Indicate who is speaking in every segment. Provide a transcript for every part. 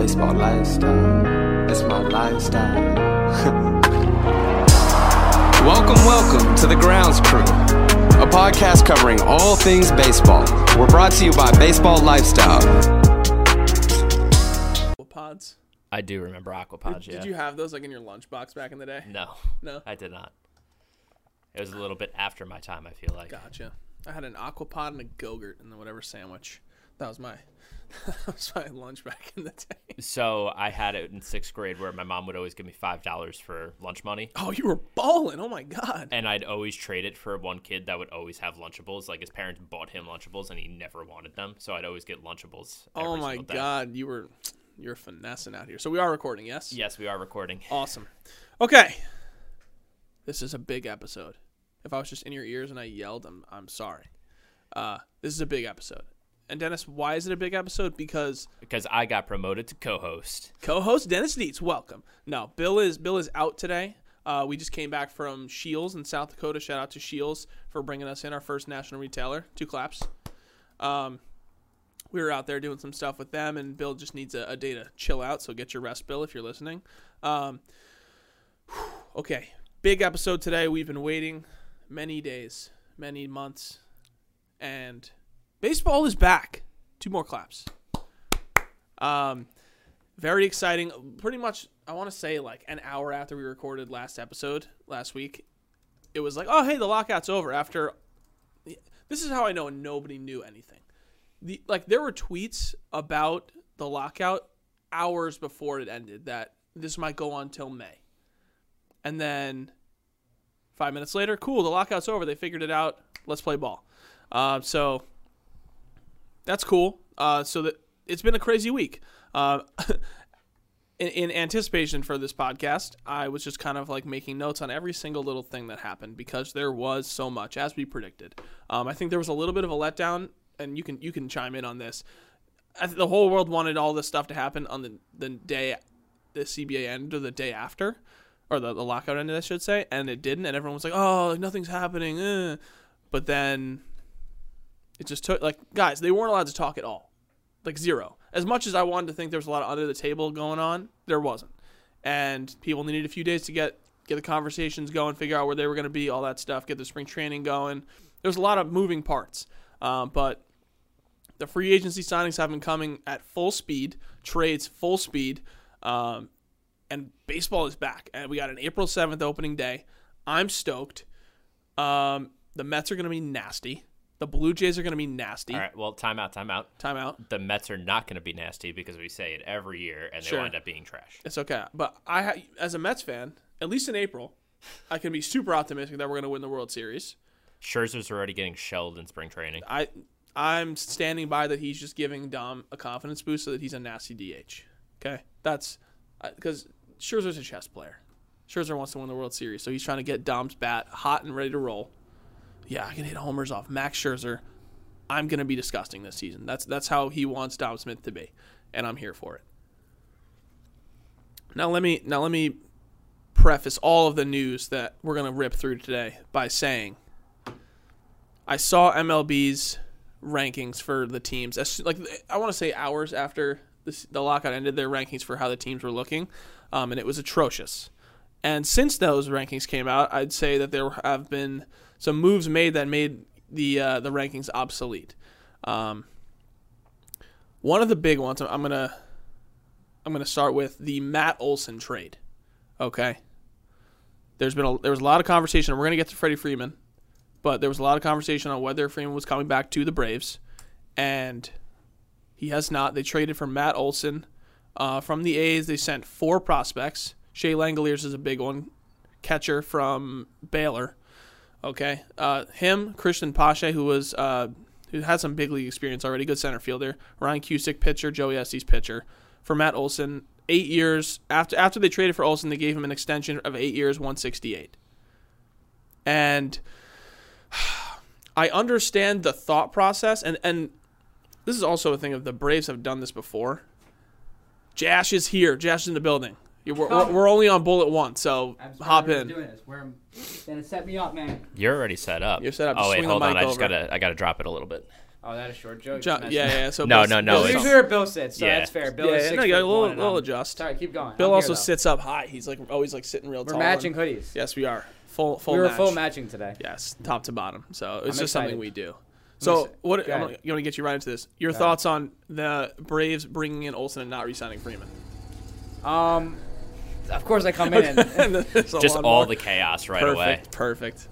Speaker 1: it's my lifestyle. It's my lifestyle. welcome, welcome to the Grounds Crew, a podcast covering all things baseball. We're brought to you by Baseball Lifestyle.
Speaker 2: pods.
Speaker 3: I do remember Aquapods.
Speaker 2: Did
Speaker 3: yeah.
Speaker 2: you have those like in your lunchbox back in the day?
Speaker 3: No,
Speaker 2: No.
Speaker 3: I did not. It was a little bit after my time. I feel like
Speaker 2: Gotcha. I had an aquapod and a go-gurt and then whatever sandwich. That was my that was my lunch back in the day.
Speaker 3: so. I had it in sixth grade where my mom would always give me five dollars for lunch money,
Speaker 2: Oh, you were balling. Oh my god.
Speaker 3: and I'd always trade it for one kid that would always have Lunchables. Like his parents bought him Lunchables, and he never wanted them, so I'd always get Lunchables. Every
Speaker 2: oh my
Speaker 3: single day.
Speaker 2: god, you were you're finessing out here. So we are recording, yes?
Speaker 3: Yes, we are recording.
Speaker 2: Awesome. Okay. This is a big episode. If I was just in your ears and I yelled, I'm I'm sorry. Uh, this is a big episode. And Dennis, why is it a big episode? Because
Speaker 3: Because I got promoted to co-host.
Speaker 2: co-host Dennis Dietz. Welcome. No, Bill is Bill is out today. Uh, we just came back from Shields in South Dakota. Shout out to Shields for bringing us in our first national retailer. Two claps. Um, we were out there doing some stuff with them, and Bill just needs a, a day to chill out. So get your rest, Bill, if you're listening. Um, whew, okay, big episode today. We've been waiting many days, many months, and baseball is back. Two more claps. Um, very exciting. Pretty much, I want to say like an hour after we recorded last episode last week, it was like, oh hey, the lockout's over. After this is how I know nobody knew anything. The like there were tweets about the lockout hours before it ended that this might go on till May, and then five minutes later, cool, the lockout's over. They figured it out. Let's play ball. Uh, so that's cool. Uh, so that it's been a crazy week. Uh, in, in anticipation for this podcast, I was just kind of like making notes on every single little thing that happened because there was so much, as we predicted. Um, I think there was a little bit of a letdown, and you can you can chime in on this. I th- the whole world wanted all this stuff to happen on the the day the CBA ended or the day after, or the, the lockout ended, I should say, and it didn't, and everyone was like, "Oh, like nothing's happening," eh." but then it just took like guys, they weren't allowed to talk at all like zero. As much as I wanted to think there was a lot of under the table going on, there wasn't. And people needed a few days to get get the conversations going, figure out where they were going to be, all that stuff, get the spring training going. There's a lot of moving parts, um, but the free agency signings have been coming at full speed, trades full speed, um, and baseball is back. And we got an April seventh opening day. I'm stoked. Um, the Mets are going to be nasty. The Blue Jays are going to be nasty.
Speaker 3: All right. Well, time out. Time out.
Speaker 2: Time out.
Speaker 3: The Mets are not going to be nasty because we say it every year, and they
Speaker 2: Sure.
Speaker 3: wind up being trash.
Speaker 2: It's okay, but I, ha- as a Mets fan, at least in April, I can be super optimistic that we're going to win the World Series.
Speaker 3: Scherzer's already getting shelled in spring training.
Speaker 2: I, I'm standing by that he's just giving Dom a confidence boost so that he's a nasty DH. Okay, that's because Scherzer's a chess player. Scherzer wants to win the World Series, so he's trying to get Dom's bat hot and ready to roll. Yeah, I can hit homers off Max Scherzer. I'm going to be disgusting this season. That's that's how he wants Dom Smith to be, and I'm here for it. Now let me now let me preface all of the news that we're going to rip through today by saying I saw MLB's rankings for the teams. As, like I want to say hours after this, the lockout ended, their rankings for how the teams were looking, um, and it was atrocious. And since those rankings came out, I'd say that there have been some moves made that made the uh, the rankings obsolete. Um, one of the big ones I'm gonna I'm gonna start with the Matt Olson trade. Okay. There's been a, there was a lot of conversation. and We're gonna get to Freddie Freeman but there was a lot of conversation on whether Freeman was coming back to the Braves, and he has not. They traded for Matt Olson uh, from the A's. They sent four prospects. Shea Langoliers is a big one, catcher from Baylor. Okay, uh, him, Christian Pache, who was uh, who had some big league experience already, good center fielder. Ryan Cusick, pitcher. Joey Estes, pitcher. For Matt Olson, eight years after after they traded for Olson, they gave him an extension of eight years, one sixty eight, and. I understand the thought process, and and this is also a thing of the Braves have done this before. Jash is here. Jash is in the building. You- We're, we're, we're only on bullet one, so
Speaker 4: I'm sorry,
Speaker 2: hop
Speaker 4: we're
Speaker 2: in.
Speaker 4: Doing this. We're, then it set me up, man.
Speaker 3: You're already set up.
Speaker 2: You're set up.
Speaker 3: Oh
Speaker 2: Just
Speaker 3: wait,
Speaker 2: swing the
Speaker 3: hold on.
Speaker 2: mic
Speaker 3: I just
Speaker 2: over.
Speaker 3: gotta, I gotta drop it a little bit.
Speaker 4: Oh, that is short. Joe.
Speaker 2: Jo-
Speaker 4: just messed
Speaker 2: yeah,
Speaker 4: up.
Speaker 2: yeah. So
Speaker 3: No,
Speaker 2: Bill's-
Speaker 3: no, no,
Speaker 4: Well,
Speaker 2: Bill's
Speaker 3: it's-
Speaker 2: up.
Speaker 4: Here's where Bill sits. So
Speaker 3: Yeah.
Speaker 4: that's fair. Bill
Speaker 2: yeah,
Speaker 4: is
Speaker 2: yeah,
Speaker 4: six
Speaker 2: no,
Speaker 4: foot
Speaker 2: you got a
Speaker 4: one
Speaker 2: little,
Speaker 4: and
Speaker 2: little
Speaker 4: on.
Speaker 2: adjust.
Speaker 4: Sorry, keep going.
Speaker 2: Bill
Speaker 4: I'm
Speaker 2: also
Speaker 4: here, though.
Speaker 2: sits up high. He's like always like sitting real
Speaker 4: We're
Speaker 2: tall.
Speaker 4: matching
Speaker 2: and-
Speaker 4: hoodies.
Speaker 2: Yes, we are full full.
Speaker 4: we were
Speaker 2: match.
Speaker 4: full matching today.
Speaker 2: Yes, top to bottom. So it's
Speaker 4: I'm
Speaker 2: just
Speaker 4: excited.
Speaker 2: something we do. So
Speaker 4: excited.
Speaker 2: what?
Speaker 4: Go
Speaker 2: I'm,
Speaker 4: ahead.
Speaker 2: you want to get you right into this? Your thoughts on the Braves bringing in Olsen and not re-signing Freeman?
Speaker 4: Um, of course I come in. and
Speaker 3: Just all the chaos right
Speaker 2: perfect.
Speaker 3: away.
Speaker 2: Perfect.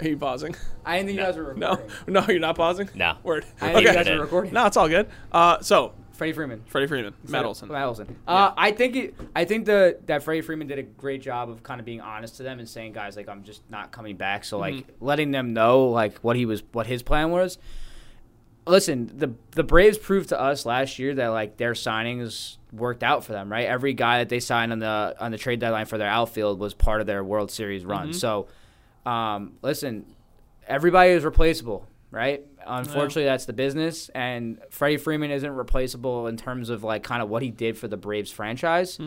Speaker 2: Are you pausing?
Speaker 4: I didn't think you guys were
Speaker 2: No,
Speaker 4: recording.
Speaker 2: no, you're not pausing.
Speaker 3: No.
Speaker 2: Word.
Speaker 4: I didn't think you
Speaker 3: Okay.
Speaker 4: guys were recording.
Speaker 2: No, it's all good. Uh, so
Speaker 4: Freddie Freeman.
Speaker 2: Freddie Freeman, Matt Olson.
Speaker 4: Matt Olson. Uh, I think it, I think the that Freddie Freeman did a great job of kind of being honest to them and saying, guys, like I'm just not coming back. So like letting them know like what he was, what his plan was. Listen, the the Braves proved to us last year that like their signings worked out for them, right? Every guy that they signed on the on the trade deadline for their outfield was part of their World Series run. So, um, listen, everybody is replaceable, right? Unfortunately, that's the business. And Freddie Freeman isn't replaceable in terms of like kind of what he did for the Braves franchise.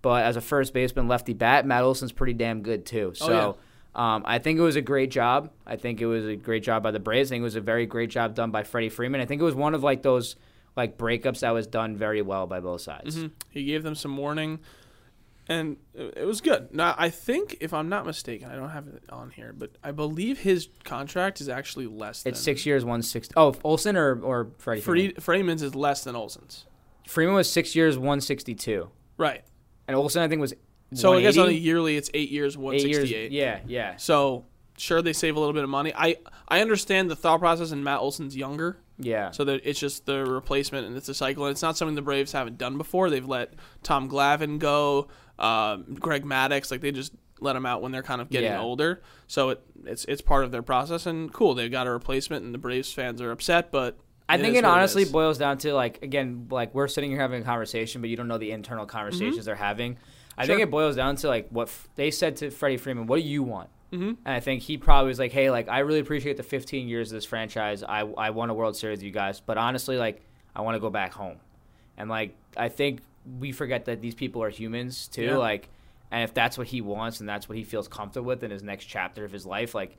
Speaker 4: But as a first baseman, lefty bat, Matt Olson's pretty damn good too. So.
Speaker 2: yeah.
Speaker 4: Um, I think it was a great job. I think it was a great job by the Braves. I think it was a very great job done by Freddie Freeman. I think it was one of like those like breakups that was done very well by both sides.
Speaker 2: He gave them some warning, and it it was good. Now, I think, if I'm not mistaken, I don't have it on here, but I believe his contract is actually less.
Speaker 4: It's
Speaker 2: than
Speaker 4: six years, one sixty. Oh, Olson or or Freddie Freeman.
Speaker 2: Freed- Freeman's is less than Olson's,
Speaker 4: Freeman was six years, one sixty two,
Speaker 2: right?
Speaker 4: and Olson I think was.
Speaker 2: So I guess on a
Speaker 4: 180?
Speaker 2: yearly, it's eight years, one
Speaker 4: eight years.
Speaker 2: sixty-eight.
Speaker 4: Yeah, yeah.
Speaker 2: So sure, they save a little bit of money. I I understand the thought process, and Matt Olson's younger,
Speaker 4: Yeah.
Speaker 2: so that it's just the replacement and it's a cycle, and it's not something the Braves haven't done before. They've let Tom Glavine go, um, Greg Maddox, like they just let them out when they're kind of getting
Speaker 4: Yeah.
Speaker 2: older. So it it's it's part of their process, and cool, they've got a replacement, and the Braves fans are upset, but
Speaker 4: I think
Speaker 2: is
Speaker 4: it
Speaker 2: what
Speaker 4: honestly
Speaker 2: is.
Speaker 4: boils down to like again, like we're sitting here having a conversation, but you don't know the internal conversations they're having. I think
Speaker 2: Mm-hmm. Sure.
Speaker 4: it boils down to like what f- they said to Freddie Freeman, "What do you want?" Mm-hmm. And I think he probably was like, "Hey, like I really appreciate the 15 years of this franchise. I I won a World Series with you guys, but honestly, like I want to go back home." And like I think we forget that these people are humans too.
Speaker 2: Yeah.
Speaker 4: Like, and if that's what he wants and that's what he feels comfortable with in his next chapter of his life, like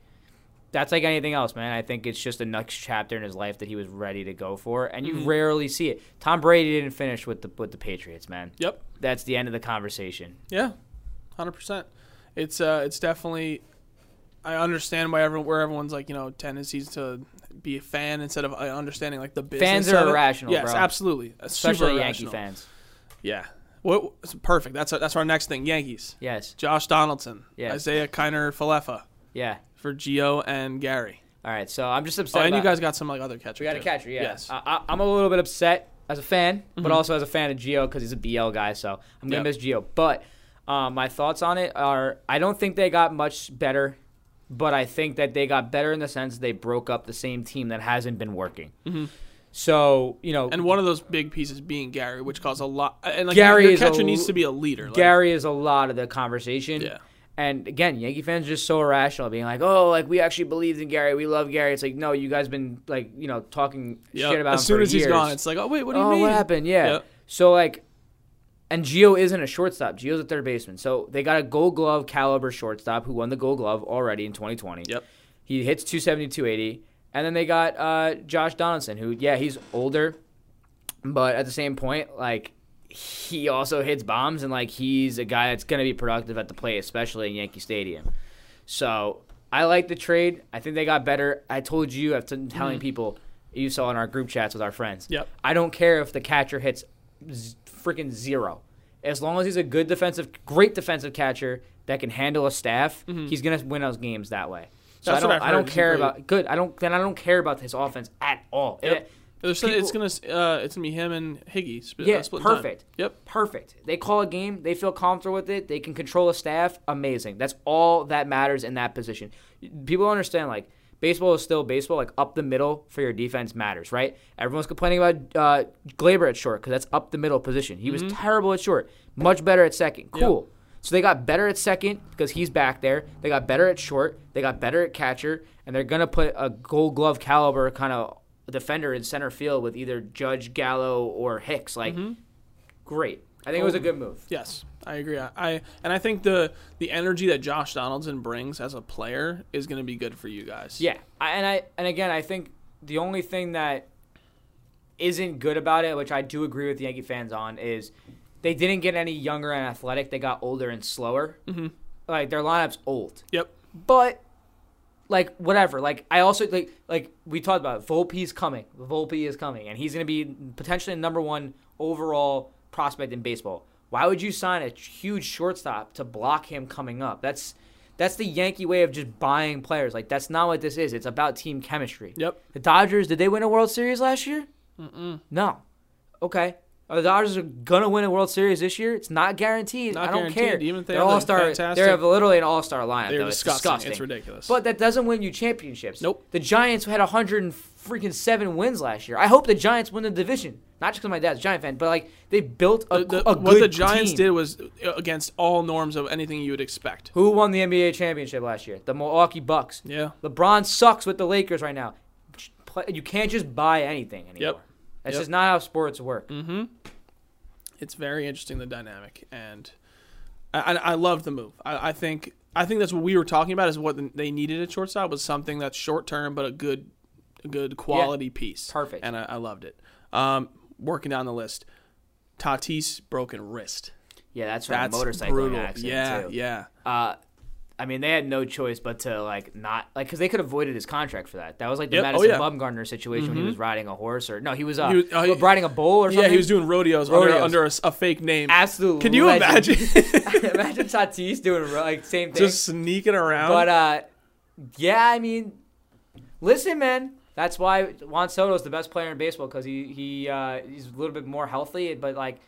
Speaker 4: that's like anything else, man. I think it's just the next chapter in his life that he was ready to go for, and
Speaker 2: Mm-hmm.
Speaker 4: you rarely see it. Tom Brady didn't finish with the with the Patriots, man.
Speaker 2: Yep.
Speaker 4: That's the end of the conversation.
Speaker 2: Yeah, hundred percent. It's uh, it's definitely. I understand why everyone where everyone's like you know tendencies to be a fan instead of uh, understanding like the business.
Speaker 4: Fans are
Speaker 2: of it.
Speaker 4: irrational,
Speaker 2: Yes,
Speaker 4: bro.
Speaker 2: absolutely. Uh,
Speaker 4: Especially
Speaker 2: Super
Speaker 4: Yankee
Speaker 2: irrational.
Speaker 4: fans.
Speaker 2: Yeah. What? it's Perfect. That's that's our next thing. Yankees.
Speaker 4: Yes.
Speaker 2: Josh Donaldson.
Speaker 4: Yes.
Speaker 2: Isaiah Kiner Falefa
Speaker 4: Yeah.
Speaker 2: for Gio and Gary.
Speaker 4: All right. So I'm just upset.
Speaker 2: Oh, and you
Speaker 4: about-
Speaker 2: guys got some like other catcher.
Speaker 4: we got a
Speaker 2: too.
Speaker 4: catcher. Yeah. Uh,
Speaker 2: Yes. Mm-hmm.
Speaker 4: I, I, I'm a little bit upset as a fan, but also as a fan of Gio because he's a BL guy. So I'm gonna
Speaker 2: Yep.
Speaker 4: miss Gio. But um, my thoughts on it are I don't think they got much better but I think that they got better in the sense they broke up the same team that hasn't been working. So you know,
Speaker 2: Mm-hmm. and one of those big pieces being Gary, which caused a lot. And like
Speaker 4: Gary
Speaker 2: your
Speaker 4: is a
Speaker 2: catcher
Speaker 4: l-
Speaker 2: needs to be a leader. like-
Speaker 4: Gary is a lot of the conversation.
Speaker 2: Yeah.
Speaker 4: And again, Yankee fans are just so irrational, being like, "Oh, like we actually believed in Gary, we love Gary." It's like, no, you guys been like, you know, talking
Speaker 2: Yep.
Speaker 4: shit about
Speaker 2: as
Speaker 4: him
Speaker 2: soon
Speaker 4: for
Speaker 2: as he's
Speaker 4: years.
Speaker 2: gone, it's like, oh wait, what do you
Speaker 4: oh,
Speaker 2: mean?
Speaker 4: what happened? Yeah.
Speaker 2: Yep.
Speaker 4: So like, and Gio isn't a shortstop. Gio's a third baseman. So they got a Gold Glove caliber shortstop who won the Gold Glove already in 2020.
Speaker 2: Yep.
Speaker 4: He hits 270, 280, and then they got uh, Josh Donaldson, who yeah, he's older, but at the same point, like he also hits bombs and like he's a guy that's gonna be productive at the plate, especially in Yankee Stadium. So I like the trade. I think they got better. I told you, I've been telling people, you saw in our group chats with our friends.
Speaker 2: Mm. Yep.
Speaker 4: I don't care if the catcher hits z- freaking zero. As long as he's a good defensive, great defensive catcher that can handle a staff, he's gonna win those games that way. So
Speaker 2: Mm-hmm. That's
Speaker 4: I
Speaker 2: what
Speaker 4: don't,
Speaker 2: I've
Speaker 4: I don't
Speaker 2: heard. He's
Speaker 4: care
Speaker 2: great.
Speaker 4: about good. I don't then I don't care about his offense at all. It-
Speaker 2: They're saying
Speaker 4: people-
Speaker 2: it's gonna uh, it's gonna be him and Higgy. Sp-
Speaker 4: Yeah,
Speaker 2: uh, split time.
Speaker 4: perfect.
Speaker 2: Yep.
Speaker 4: Perfect. They call a game, they feel comfortable with it, they can control a staff, amazing. That's all that matters in that position. People don't understand like baseball is still baseball, like up the middle for your defense matters, right? Everyone's complaining about uh Glaber at short cuz that's up the middle position. He was terrible at short, much better at second. Cool. So they got better at second because he's back there. They got better at short, they got better at catcher, and they're going to put a gold glove caliber kind of defender in center field with either Judge Gallo or Hicks like great. I think it was a good move.
Speaker 2: Yes, I agree. I, I and I think the the energy that Josh Donaldson brings as a player is gonna be good for you guys.
Speaker 4: Yeah, I, and I and again, I think the only thing that isn't good about it, which I do agree with Yankee fans on, is they didn't get any younger and athletic. They got older and slower. Mm-hmm. Like their lineup's old,
Speaker 2: Yep.
Speaker 4: but like whatever. Like I also like like we talked about it, Volpe's coming. Volpe is coming, and he's going to be potentially the number one overall prospect in baseball. Why would you sign a huge shortstop to block him coming up? That's that's the Yankee way of just buying players. Like that's not what this is. It's about team chemistry.
Speaker 2: Yep.
Speaker 4: The Dodgers did they win a World Series last year? Mm-mm. No. Okay. Are the Dodgers gonna win a World Series this year? It's not guaranteed.
Speaker 2: Not
Speaker 4: I don't care.
Speaker 2: guaranteed, even if they
Speaker 4: They're
Speaker 2: have the
Speaker 4: all star.
Speaker 2: fantastic-
Speaker 4: They have literally an all star lineup.
Speaker 2: They're
Speaker 4: though.
Speaker 2: disgusting.
Speaker 4: It's disgusting.
Speaker 2: It's ridiculous.
Speaker 4: But that doesn't win you championships.
Speaker 2: Nope.
Speaker 4: The Giants had 107 wins last year. I hope the Giants win the division. Not just because my dad's a Giant fan, but like they built a,
Speaker 2: The- the-
Speaker 4: a
Speaker 2: what
Speaker 4: good
Speaker 2: the Giants
Speaker 4: team.
Speaker 2: did was uh, against all norms of anything you would expect.
Speaker 4: Who won the NBA championship last year? The Milwaukee Bucks.
Speaker 2: Yeah.
Speaker 4: LeBron sucks with the Lakers right now. Play- You can't just buy anything anymore.
Speaker 2: Yep. Yep.
Speaker 4: That's
Speaker 2: Mm-hmm.
Speaker 4: just not how sports work.
Speaker 2: It's very interesting the dynamic, and I, I, I love the move. I, I think I think that's what we were talking about is what they needed at shortstop was something that's short term but a good, a good quality piece.
Speaker 4: Perfect.
Speaker 2: and I, I loved it. Um, working down the list, Tatis broken wrist.
Speaker 4: Yeah, that's right.
Speaker 2: That's
Speaker 4: motorcycle
Speaker 2: brutal.
Speaker 4: accident
Speaker 2: yeah,
Speaker 4: too.
Speaker 2: yeah.
Speaker 4: Uh, I mean, they had no choice but to like not like because they could have voided his contract for that. That was like the
Speaker 2: Yep. Oh,
Speaker 4: Madison
Speaker 2: yeah. Mm-hmm.
Speaker 4: Bumgarner situation when he was riding a horse or no, he was, uh,
Speaker 2: He was- oh, he-
Speaker 4: riding a bull or something.
Speaker 2: Yeah, he was doing rodeos,
Speaker 4: Rodeos.
Speaker 2: under, under a s- a, fake name.
Speaker 4: absolute.
Speaker 2: Can you
Speaker 4: legend.
Speaker 2: imagine
Speaker 4: imagine Tatis doing ro- like same thing?
Speaker 2: just sneaking around?
Speaker 4: but uh, yeah, I mean, listen, man. That's why Juan Soto is the best player in baseball because he he uh, he's a little bit more healthy. But like,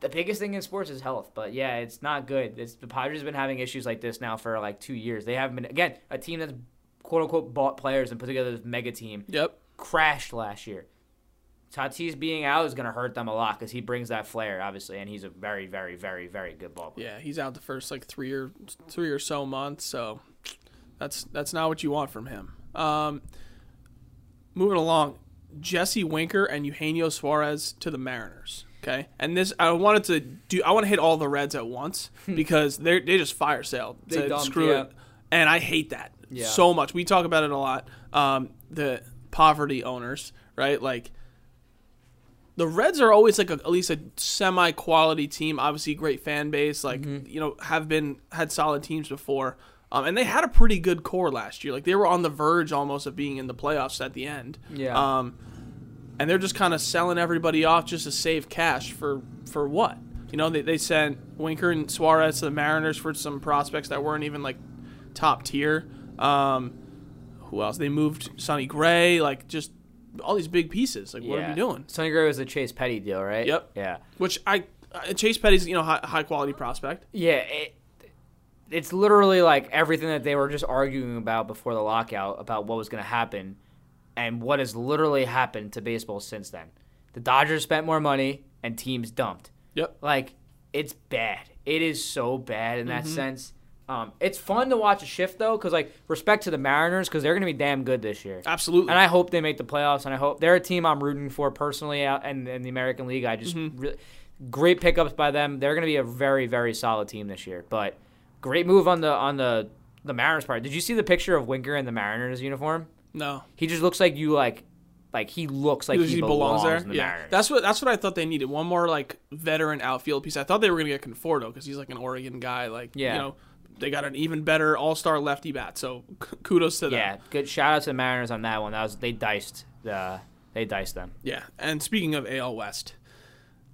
Speaker 4: the biggest thing in sports is health. But yeah, it's not good. It's the Padres have been having issues like this now for like two years. They haven't been again a team that's quote unquote bought players and put together this mega team
Speaker 2: yep.
Speaker 4: crashed last year. Tatis being out is going to hurt them a lot because he brings that flair, obviously, and he's a very, very, very, very good ball player.
Speaker 2: Yeah, he's out the first like three or three or so months, so that's that's not what you want from him. Um, moving along, Jesse Winker and Eugenio Suarez to the Mariners. Okay, and this I wanted to do. I want to hit all the Reds at once because they they just fire sale.
Speaker 4: They
Speaker 2: to
Speaker 4: dumped,
Speaker 2: screw
Speaker 4: yeah.
Speaker 2: it, and I hate that
Speaker 4: Yeah.
Speaker 2: so much. We talk about it a lot. Um, the poverty owners, right? Like the Reds are always like a, at least a semi quality team. Obviously, great fan base. Like you know, have been had solid teams before, um, and they had a pretty good core last year. Like they were on the verge almost of being in the playoffs at the end.
Speaker 4: Yeah.
Speaker 2: Um, and they're just kind of selling everybody off just to save cash for for what? You know, they they sent Winker and Suarez to the Mariners for some prospects that weren't even like top tier. Um, who else? They moved Sonny Gray. Like just all these big pieces. Like what are we doing?
Speaker 4: Sonny Gray was the Chase Petty deal, right?
Speaker 2: Yep.
Speaker 4: Yeah.
Speaker 2: Which I uh, Chase Petty's you know high, high quality prospect.
Speaker 4: Yeah. It, it's literally like everything that they were just arguing about before the lockout about what was going to happen and what has literally happened to baseball since then. The Dodgers spent more money and teams dumped.
Speaker 2: Yep.
Speaker 4: Like it's bad. It is so bad in that sense. Um, it's fun to watch a shift though, because like respect to the Mariners, because they're gonna be damn good this year.
Speaker 2: Absolutely.
Speaker 4: And I hope they make the playoffs, and I hope they're a team I'm rooting for personally out and in the American League. I just
Speaker 2: Mm-hmm.
Speaker 4: really, great pickups by them. They're gonna be a very very solid team this year. But great move on the on the the Mariners part. Did you see the picture of Winker in the Mariners uniform?
Speaker 2: no.
Speaker 4: He just looks like you like like he looks like
Speaker 2: Because
Speaker 4: he,
Speaker 2: he
Speaker 4: belongs,
Speaker 2: belongs there.
Speaker 4: in the
Speaker 2: yeah,
Speaker 4: Mariners.
Speaker 2: that's what that's what I thought they needed. One more like veteran outfield piece. I thought they were gonna get Conforto because he's like an Oregon guy. Like
Speaker 4: Yeah.
Speaker 2: you know, they got an even better All Star lefty bat. So k- kudos to them.
Speaker 4: Yeah, good shout out to the Mariners on that one. That was they diced the they diced them.
Speaker 2: Yeah. And speaking of AL West,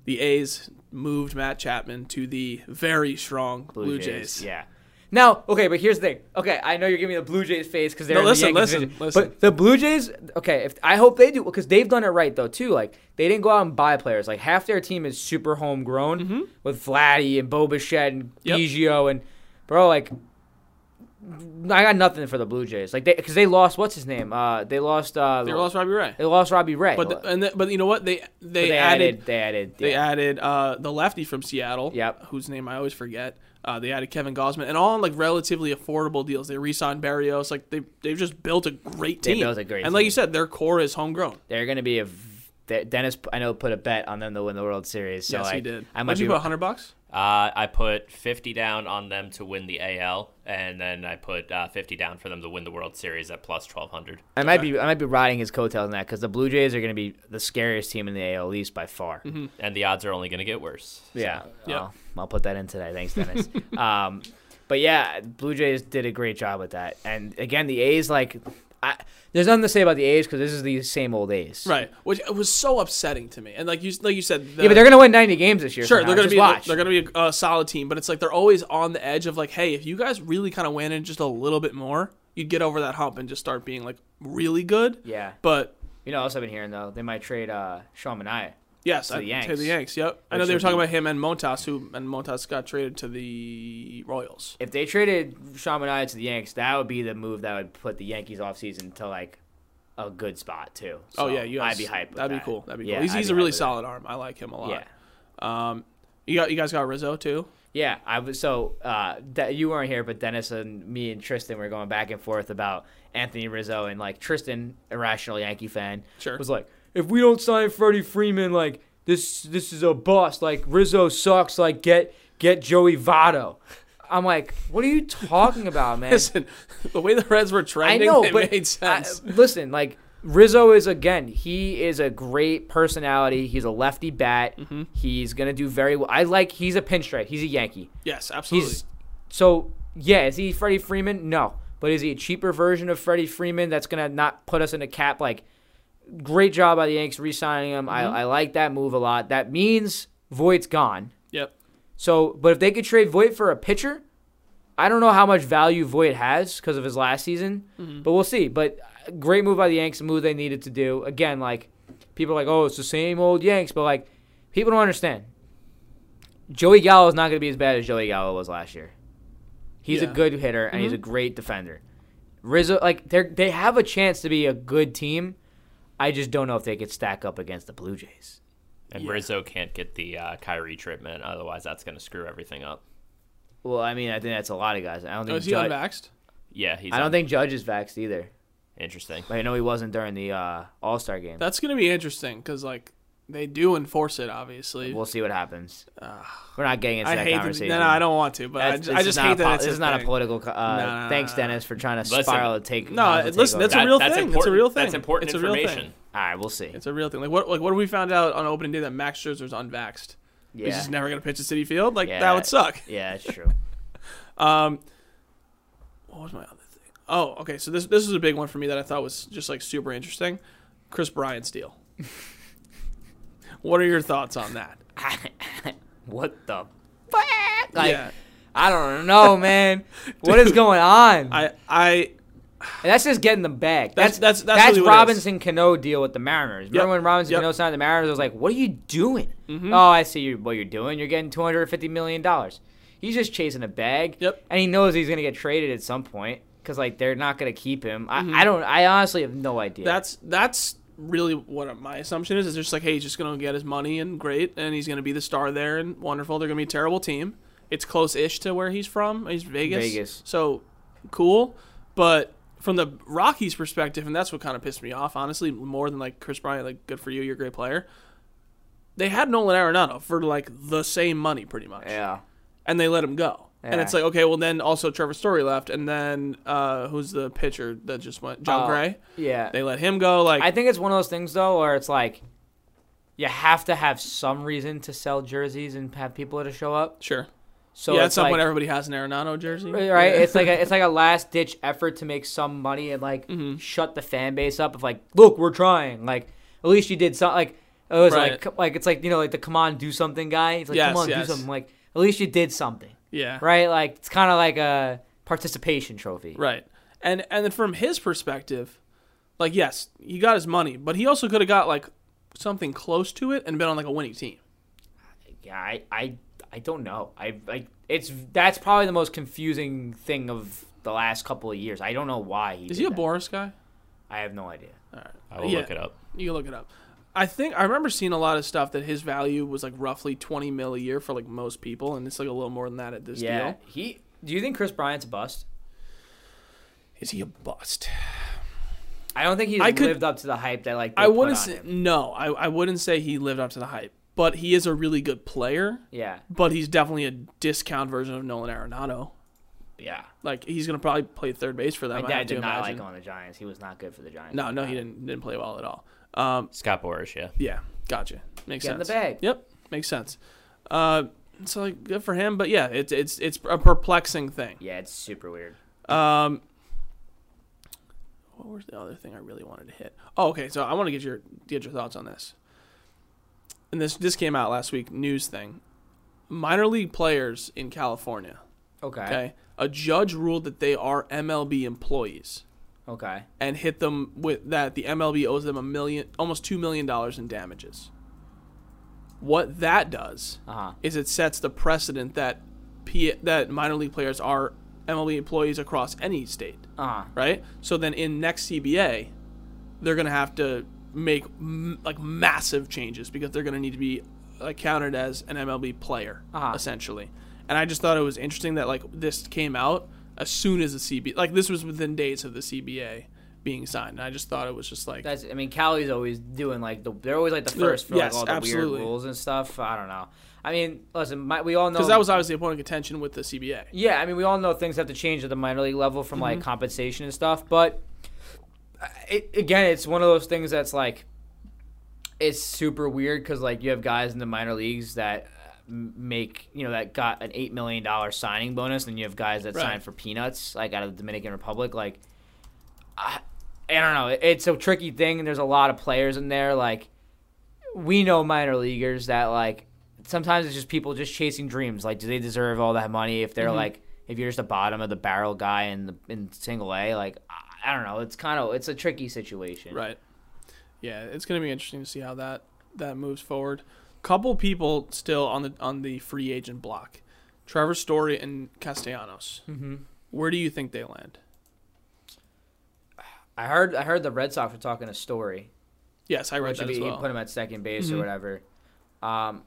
Speaker 2: the A's moved Matt Chapman to the very strong Blue, Jays.
Speaker 4: Yeah. Now, okay, but here's the thing. Okay, I know you're giving me the Blue Jays face because they're
Speaker 2: No,
Speaker 4: in the
Speaker 2: listen,
Speaker 4: Yankees
Speaker 2: listen,
Speaker 4: division,
Speaker 2: listen.
Speaker 4: But the Blue Jays, okay, if I hope they do because they've done it right though too. Like they didn't go out and buy players. Like half their team is super homegrown with Vladdy and Bobichet and
Speaker 2: Mm-hmm. Yep.
Speaker 4: Biggio and bro, like I got nothing for the Blue Jays. Like they because they lost what's his name? Uh, they lost. Uh,
Speaker 2: They lost Robbie Ray.
Speaker 4: They lost Robbie Ray.
Speaker 2: But the, and the, but you know what they they,
Speaker 4: they
Speaker 2: added
Speaker 4: They added.
Speaker 2: They
Speaker 4: yeah.
Speaker 2: added uh, the lefty from Seattle,
Speaker 4: Yep.
Speaker 2: whose name I always forget. Uh, they added Kevin Gosman, and all on like relatively affordable deals. They re-signed Barrios. Like they they've just built a great
Speaker 4: They
Speaker 2: team.
Speaker 4: built a great
Speaker 2: and like
Speaker 4: team.
Speaker 2: you said, their core is homegrown.
Speaker 4: they're going to be a v- De- Dennis. I know put a bet on them to win the World Series. So
Speaker 2: yes,
Speaker 4: like,
Speaker 2: he did.
Speaker 4: I
Speaker 2: I
Speaker 4: might
Speaker 2: Would
Speaker 4: be.
Speaker 2: you put hundred bucks?
Speaker 3: Uh, I put 50 down on them to win the AL, and then I put uh, 50 down for them to win the World Series at plus 1200.
Speaker 4: I might be I might be riding his coattails on that because the Blue Jays are going to be the scariest team in the AL East by far.
Speaker 3: And the odds are only going to get worse.
Speaker 4: Yeah,
Speaker 2: Mm-hmm. Yeah.
Speaker 4: I'll, I'll put that in today. Thanks, Dennis. um, but yeah, Blue Jays did a great job with that. And again, the A's like, I, there's nothing to say about the A's because this is the same old A's.
Speaker 2: Right, which it was so upsetting to me. And like you, like you said, the,
Speaker 4: Yeah, but they're going to win 90 games this year.
Speaker 2: sure
Speaker 4: somehow.
Speaker 2: they're gonna
Speaker 4: Just
Speaker 2: be
Speaker 4: watch.
Speaker 2: they're gonna be a, a solid team, but it's like they're always on the edge of like, hey, if you guys really kind of went in just a little bit more, you'd get over that hump and just start being like really good.
Speaker 4: Yeah.
Speaker 2: But
Speaker 4: You know, what else I've been hearing though, they might trade uh, Sean Mania.
Speaker 2: yes, I- to
Speaker 4: the Yanks.
Speaker 2: the Yanks. Yep, I know
Speaker 4: Which
Speaker 2: they were
Speaker 4: would
Speaker 2: talking
Speaker 4: be-
Speaker 2: about him and Montas, who and Montas got traded to the Royals.
Speaker 4: If they traded Sean Mania to the Yanks, that would be the move that would put the Yankees off season to like a good spot too.
Speaker 2: Oh
Speaker 4: So
Speaker 2: yeah, you guys,
Speaker 4: I'd be hyped. with
Speaker 2: That'd be
Speaker 4: that.
Speaker 2: cool. That'd be
Speaker 4: Yeah,
Speaker 2: cool. He's,
Speaker 4: I'd
Speaker 2: he's a
Speaker 4: be hyped
Speaker 2: really
Speaker 4: with that.
Speaker 2: solid arm. I like him a lot. Um,
Speaker 4: Yeah.
Speaker 2: You got you guys got Rizzo too.
Speaker 4: Yeah, I was so uh, De- you weren't here, but Dennis and me and Tristan were going back and forth about Anthony Rizzo and like Tristan, irrational Yankee fan,
Speaker 2: Sure.
Speaker 4: was like, if we don't sign Freddie Freeman, like this this is a bust. Like Rizzo sucks. Like get get Joey Votto. I'm like, what are you talking about, man?
Speaker 2: Listen, the way the Reds were
Speaker 4: I
Speaker 2: trending,
Speaker 4: know,
Speaker 2: it
Speaker 4: but
Speaker 2: made
Speaker 4: I-
Speaker 2: sense.
Speaker 4: listen, like Rizzo is again, he is a great personality. He's a lefty bat.
Speaker 2: Mm-hmm.
Speaker 4: He's gonna do very well. I like. He's a pinstripe. He's a Yankee.
Speaker 2: yes, absolutely.
Speaker 4: He's so yeah. Is he Freddie Freeman? No, but is he a cheaper version of Freddie Freeman that's gonna not put us in a cap? Like, great job by the Yanks re-signing him.
Speaker 2: Mm-hmm.
Speaker 4: I, I like that move a lot. That means Voight's gone.
Speaker 2: yep.
Speaker 4: So, but if they could trade Voight for a pitcher, I don't know how much value Voight has because of his last season, but we'll see. But uh, great move by the Yanks, a move they needed to do. Again, like people are like, oh, it's the same old Yanks, but like people don't understand. Joey Gallo is not going to be as bad as Joey Gallo was last year. He's
Speaker 2: Yeah.
Speaker 4: a good hitter and he's a great defender. Rizzo, like they they have a chance to be a good team. I just don't know if they could stack up against the Blue Jays.
Speaker 3: And
Speaker 2: Yeah.
Speaker 3: Rizzo can't get the uh, Kyrie treatment, otherwise that's going to screw everything up.
Speaker 4: Well, I mean, I think that's a lot of guys. I don't
Speaker 2: Oh,
Speaker 4: think
Speaker 2: is he
Speaker 4: Judge-
Speaker 2: unvaxxed?
Speaker 3: Yeah, he's
Speaker 4: I
Speaker 3: un-
Speaker 4: don't think Judge is vaxxed either.
Speaker 3: interesting.
Speaker 4: But I know he wasn't during the uh, All Star game.
Speaker 2: That's gonna be interesting because like they do enforce it, obviously.
Speaker 4: We'll see what happens. We're not getting into
Speaker 2: I
Speaker 4: that
Speaker 2: hate that.
Speaker 4: conversation.
Speaker 2: No, no, I don't want to. But I
Speaker 4: That's-
Speaker 2: just,
Speaker 4: this
Speaker 2: I
Speaker 4: is
Speaker 2: just
Speaker 4: not
Speaker 2: hate
Speaker 4: a
Speaker 2: that.
Speaker 4: pol-
Speaker 2: it's
Speaker 4: this
Speaker 2: a
Speaker 4: is not a
Speaker 2: thing.
Speaker 4: political. co- Uh,
Speaker 2: No, no, no,
Speaker 4: thanks,
Speaker 2: no, no.
Speaker 4: Dennis, for trying to
Speaker 3: Listen.
Speaker 4: spiral a take.
Speaker 2: No,
Speaker 4: political
Speaker 2: listen.
Speaker 4: takeover.
Speaker 2: That's a
Speaker 3: That-
Speaker 2: real
Speaker 3: that's
Speaker 2: thing. It's a
Speaker 3: important-
Speaker 2: real thing.
Speaker 3: That's important
Speaker 2: it's a real
Speaker 3: information.
Speaker 2: thing.
Speaker 4: all right. We'll see.
Speaker 2: It's a real thing. Like what? Like what we found out on opening day that Max Scherzer's unvaxxed.
Speaker 4: yeah,
Speaker 2: He's just never gonna pitch at City Field. Like
Speaker 4: Yeah,
Speaker 2: that would suck.
Speaker 4: yeah, that's true.
Speaker 2: What was my other thing? Oh, okay. So this this is a big one for me that I thought was just like super interesting. Chris Bryant's deal. what are your thoughts on that?
Speaker 4: what the fuck? Like,
Speaker 2: yeah,
Speaker 4: I don't know, man. what is going on?
Speaker 2: I I
Speaker 4: And that's just getting the bag.
Speaker 2: That's- that's-
Speaker 4: That's
Speaker 2: that's
Speaker 4: that's that's,
Speaker 2: really what it is.
Speaker 4: Robinson Cano deal with the Mariners. Remember
Speaker 2: Yep.
Speaker 4: when Robinson
Speaker 2: Yep. Mm-hmm.
Speaker 4: Cano signed the Mariners? I was like, "What are you doing?" Oh, I see you, what you're doing. You're getting 250 million dollars. He's just chasing a bag.
Speaker 2: Yep.
Speaker 4: And he knows he's gonna get traded at some point because like they're not gonna keep him. I, I don't. I honestly have no idea.
Speaker 2: Mm-hmm. that's that's really what my assumption is. Is just like, hey, he's just gonna get his money and great, and he's gonna be the star there and wonderful. They're gonna be a terrible team. It's close-ish to where he's from. He's Vegas,
Speaker 4: Vegas.
Speaker 2: so cool. But from the Rockies' perspective, and that's what kind of pissed me off, honestly, more than like Chris Bryant. Like, good for you, you're a great player. They had Nolan Arenado for like the same money, pretty much
Speaker 4: yeah.
Speaker 2: and they let him go. And
Speaker 4: Yeah.
Speaker 2: it's like, okay, well then also Trevor Story left, and then uh, who's the pitcher that just went? John
Speaker 4: Oh,
Speaker 2: Gray.
Speaker 4: yeah.
Speaker 2: they let him go. Like,
Speaker 4: I think it's one of those things though where it's like you have to have some reason to sell jerseys and have people to show up.
Speaker 2: sure.
Speaker 4: So
Speaker 2: yeah, at
Speaker 4: it's
Speaker 2: some
Speaker 4: like,
Speaker 2: point everybody has an Arenado jersey,
Speaker 4: right?
Speaker 2: Yeah.
Speaker 4: It's like a, it's like a last ditch effort to make some money and like
Speaker 2: Mm-hmm.
Speaker 4: shut the fan base up. Of like, look, we're trying. Like, at least you did something. Like, it was
Speaker 2: Right.
Speaker 4: like co- like it's like you know like the come on do something guy. It's like
Speaker 2: Yes,
Speaker 4: come on
Speaker 2: yes.
Speaker 4: do something. Like, at least you did something,
Speaker 2: yeah,
Speaker 4: right? Like it's kind of like a participation trophy.
Speaker 2: right. And and then from his perspective, like yes, he got his money, but he also could have got like something close to it and been on like a winning team.
Speaker 4: Yeah, I I, I don't know. I like it's that's probably the most confusing thing of the last couple of years. I don't know why he
Speaker 2: Is
Speaker 4: did
Speaker 2: he a
Speaker 4: that.
Speaker 2: Boris guy?
Speaker 4: I have no idea.
Speaker 3: I will
Speaker 2: Yeah.
Speaker 3: look it up.
Speaker 2: You can look it up. I think I remember seeing a lot of stuff that his value was like roughly twenty mil a year for like most people, and it's like a little more than that at this
Speaker 4: Yeah,
Speaker 2: deal.
Speaker 4: he. Do you think Chris Bryant's a bust?
Speaker 2: Is he a bust?
Speaker 4: I don't think he's
Speaker 2: I could-
Speaker 4: lived up to the hype that like they
Speaker 2: I
Speaker 4: put
Speaker 2: wouldn't
Speaker 4: on
Speaker 2: say
Speaker 4: him.
Speaker 2: no. I, I wouldn't say he lived up to the hype. but he is a really good player.
Speaker 4: Yeah.
Speaker 2: But he's definitely a discount version of Nolan Arenado.
Speaker 4: Yeah.
Speaker 2: Like he's gonna probably play third base for them.
Speaker 4: My
Speaker 2: I
Speaker 4: dad
Speaker 2: have to
Speaker 4: did not like
Speaker 2: imagine.
Speaker 4: him on the Giants. He was not good for the Giants.
Speaker 2: No, no, he didn't didn't play well at all. Um,
Speaker 3: Scott Boris, yeah.
Speaker 2: yeah, gotcha. Makes
Speaker 4: Get in the
Speaker 2: sense.
Speaker 4: bag.
Speaker 2: Yep, makes sense. Uh, so like, good for him, but yeah, it's it's it's a perplexing thing.
Speaker 4: Yeah, it's super weird.
Speaker 2: Um, what was the other thing I really wanted to hit? Oh, okay. So I want to get your get your thoughts on this. And this this came out last week. News thing. Minor league players in California.
Speaker 4: Okay.
Speaker 2: Okay, a judge ruled that they are MLB employees
Speaker 4: Okay.
Speaker 2: and hit them with that the MLB owes them a million, almost two million dollars in damages. What that does
Speaker 4: Uh-huh.
Speaker 2: is it sets the precedent that P, that minor league players are MLB employees across any state,
Speaker 4: Uh-huh.
Speaker 2: right? So then in next CBA, they're gonna have to make m- like massive changes because they're gonna need to be like counted as an MLB player
Speaker 4: Uh-huh.
Speaker 2: essentially. And I just thought it was interesting that like this came out as soon as the CBA, like this was within days of the CBA being signed. And I just thought it was just like
Speaker 4: That's. I mean, Cali's always doing like the. They're always like the
Speaker 2: They're-
Speaker 4: first for
Speaker 2: yes,
Speaker 4: like all the
Speaker 2: absolutely.
Speaker 4: weird rules and stuff. I don't know. I mean, listen, my, we all know
Speaker 2: because that was obviously a point of contention with the CBA.
Speaker 4: Yeah, I mean, we all know things have to change at the minor league level from like compensation and stuff, but uh, it, again, it's one of those things that's like it's super weird because like you have guys in the minor leagues that uh, m- make you know that got an eight million dollar signing bonus, and you have guys that
Speaker 2: Right.
Speaker 4: signed for peanuts, like out of the Dominican Republic. Like, I, I don't know, it's a tricky thing, and there's a lot of players in there, like we know minor leaguers that like sometimes it's just people just chasing dreams. Like, do they deserve all that money if they're like if you're just a bottom of the barrel guy in the in single A? Like, I, I don't know. It's kind of it's a tricky situation.
Speaker 2: Right. Yeah, it's going to be interesting to see how that that moves forward. Couple people still on the on the free agent block. Trevor Story and Castellanos. Mm-hmm. Where do you think they land?
Speaker 4: I heard I heard the Red Sox were talking a story,
Speaker 2: Yes, I read
Speaker 4: which would
Speaker 2: that
Speaker 4: be
Speaker 2: as
Speaker 4: he
Speaker 2: well.
Speaker 4: put him at second base or whatever. Um,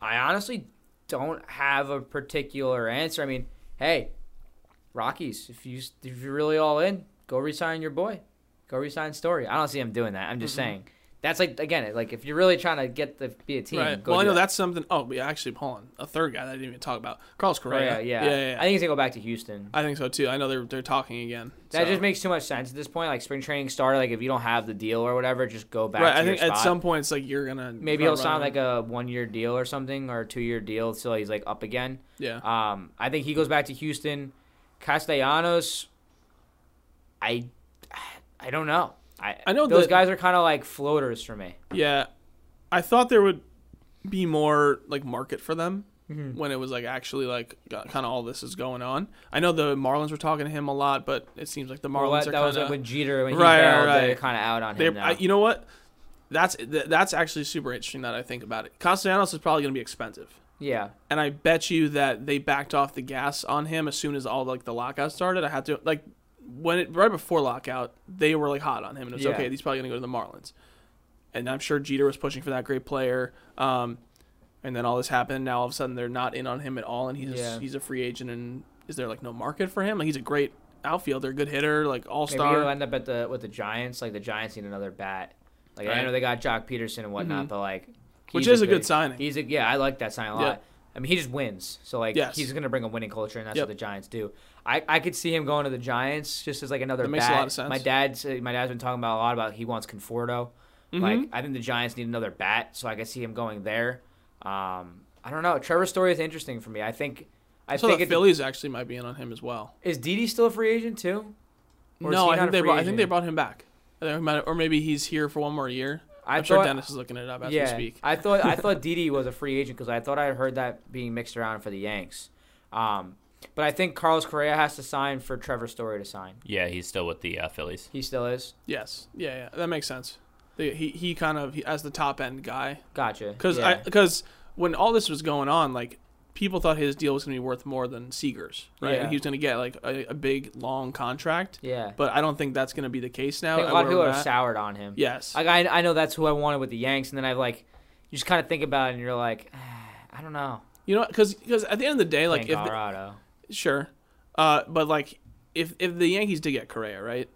Speaker 4: I honestly don't have a particular answer. I mean, hey, Rockies, if you if you're really all in, go resign your boy, go resign Story. I don't see him doing that. I'm just saying that's like again, like if you're really trying to get the be a team,
Speaker 2: right.
Speaker 4: go
Speaker 2: Well, I
Speaker 4: do
Speaker 2: know
Speaker 4: that.
Speaker 2: that's something. Oh, we actually, hold on. A third guy that I didn't even talk about. Carlos Correa.
Speaker 4: Correa, Oh, yeah.
Speaker 2: Yeah, yeah, yeah.
Speaker 4: I think he's gonna go back to Houston.
Speaker 2: I think so too. I know they're they're talking again. so.
Speaker 4: That just makes too much sense at this point. Like spring training started, like if you don't have the deal or whatever, just go back.
Speaker 2: right.
Speaker 4: to
Speaker 2: I
Speaker 4: your
Speaker 2: think at
Speaker 4: spot.
Speaker 2: some point it's like you're gonna
Speaker 4: maybe
Speaker 2: front
Speaker 4: he'll sign
Speaker 2: runner.
Speaker 4: like a one year deal or something or a two year deal until he's like up again.
Speaker 2: yeah.
Speaker 4: Um, I think he goes back to Houston. Castellanos, I, I don't know. I,
Speaker 2: I know
Speaker 4: those
Speaker 2: that-
Speaker 4: guys are kind of like floaters for me.
Speaker 2: Yeah, I thought there would be more like market for them
Speaker 4: Mm-hmm.
Speaker 2: when it was like actually like kind of all this is going on. I know the Marlins were talking to him a lot, but it seems like the
Speaker 4: Well,
Speaker 2: Marlins
Speaker 4: that,
Speaker 2: are kind
Speaker 4: was like
Speaker 2: of
Speaker 4: when Jeter when he
Speaker 2: Right, right,
Speaker 4: bailed, they're
Speaker 2: right.
Speaker 4: kind of out on
Speaker 2: they.
Speaker 4: him now.
Speaker 2: I- You know what? That's th- that's actually super interesting that I think about it. Castellanos is probably going to be expensive,
Speaker 4: yeah,
Speaker 2: and I bet you that they backed off the gas on him as soon as all like the lockout started. I had to like when it right before lockout, they were like hot on him, and it was
Speaker 4: Yeah.
Speaker 2: okay. He's probably going to go to the Marlins, and I'm sure Jeter was pushing for that great player. Um, and then all this happened. Now all of a sudden they're not in on him at all, and he's
Speaker 4: Yeah.
Speaker 2: he's a free agent. And is there like no market for him? Like he's a great outfielder, good hitter, like all
Speaker 4: maybe he'll
Speaker 2: star.
Speaker 4: end up at the with the Giants. Like the Giants need another bat. Like I
Speaker 2: Right. Mm-hmm.
Speaker 4: know they got Jock Peterson and whatnot, but like
Speaker 2: Which
Speaker 4: he's
Speaker 2: is a good signing.
Speaker 4: He's a yeah, I like that sign a lot.
Speaker 2: Yeah.
Speaker 4: I mean, he just wins, so like
Speaker 2: Yes.
Speaker 4: he's gonna bring a winning culture, and that's
Speaker 2: Yep.
Speaker 4: what the Giants do. I, I could see him going to the Giants just as like another.
Speaker 2: That makes a
Speaker 4: bat.
Speaker 2: lot of sense.
Speaker 4: My dad's uh, my dad's been talking about a lot about he wants Conforto.
Speaker 2: Mm-hmm.
Speaker 4: Like I think the Giants need another bat, so I could see him going there. Um, I don't know. Trevor Story is interesting for me. I think I
Speaker 2: So
Speaker 4: think
Speaker 2: the
Speaker 4: it-
Speaker 2: Phillies actually might be in on him as well.
Speaker 4: is Didi still a free agent too? Or is
Speaker 2: no,
Speaker 4: he
Speaker 2: I
Speaker 4: not a
Speaker 2: think they
Speaker 4: free
Speaker 2: brought, I think they
Speaker 4: agent?
Speaker 2: brought him back. I think he might- Or maybe he's here for one more year.
Speaker 4: I
Speaker 2: I'm sure
Speaker 4: thought-
Speaker 2: Dennis is looking it up as we speak.
Speaker 4: I thought I thought Didi was a free agent because I thought I heard that being mixed around for the Yanks. Um, but I think Carlos Correa has to sign for Trevor Story to sign.
Speaker 3: Yeah, he's still with the uh, Phillies.
Speaker 4: He still is.
Speaker 2: Yes. Yeah, yeah. That makes sense. He, he- he kind of, he, as the top end guy.
Speaker 4: Gotcha.
Speaker 2: Because
Speaker 4: yeah.
Speaker 2: when all this was going on, like, people thought his deal was going to be worth more than Seager's, right?
Speaker 4: Yeah.
Speaker 2: And he was going to get, like, a, a big, long contract.
Speaker 4: Yeah.
Speaker 2: But I don't think that's going to be the case now.
Speaker 4: I think a
Speaker 2: at
Speaker 4: lot of
Speaker 2: where
Speaker 4: people
Speaker 2: we're
Speaker 4: are
Speaker 2: at.
Speaker 4: soured on him.
Speaker 2: Yes.
Speaker 4: Like I, I know that's who I wanted with the Yanks, and then I like you just kind of think about it, and you're like, "Ah, I don't know.
Speaker 2: you know, because at the end of the day, like,
Speaker 4: Like
Speaker 2: if, the-
Speaker 4: Colorado.
Speaker 2: Sure. Uh, but like if if the Yankees did get Correa, right?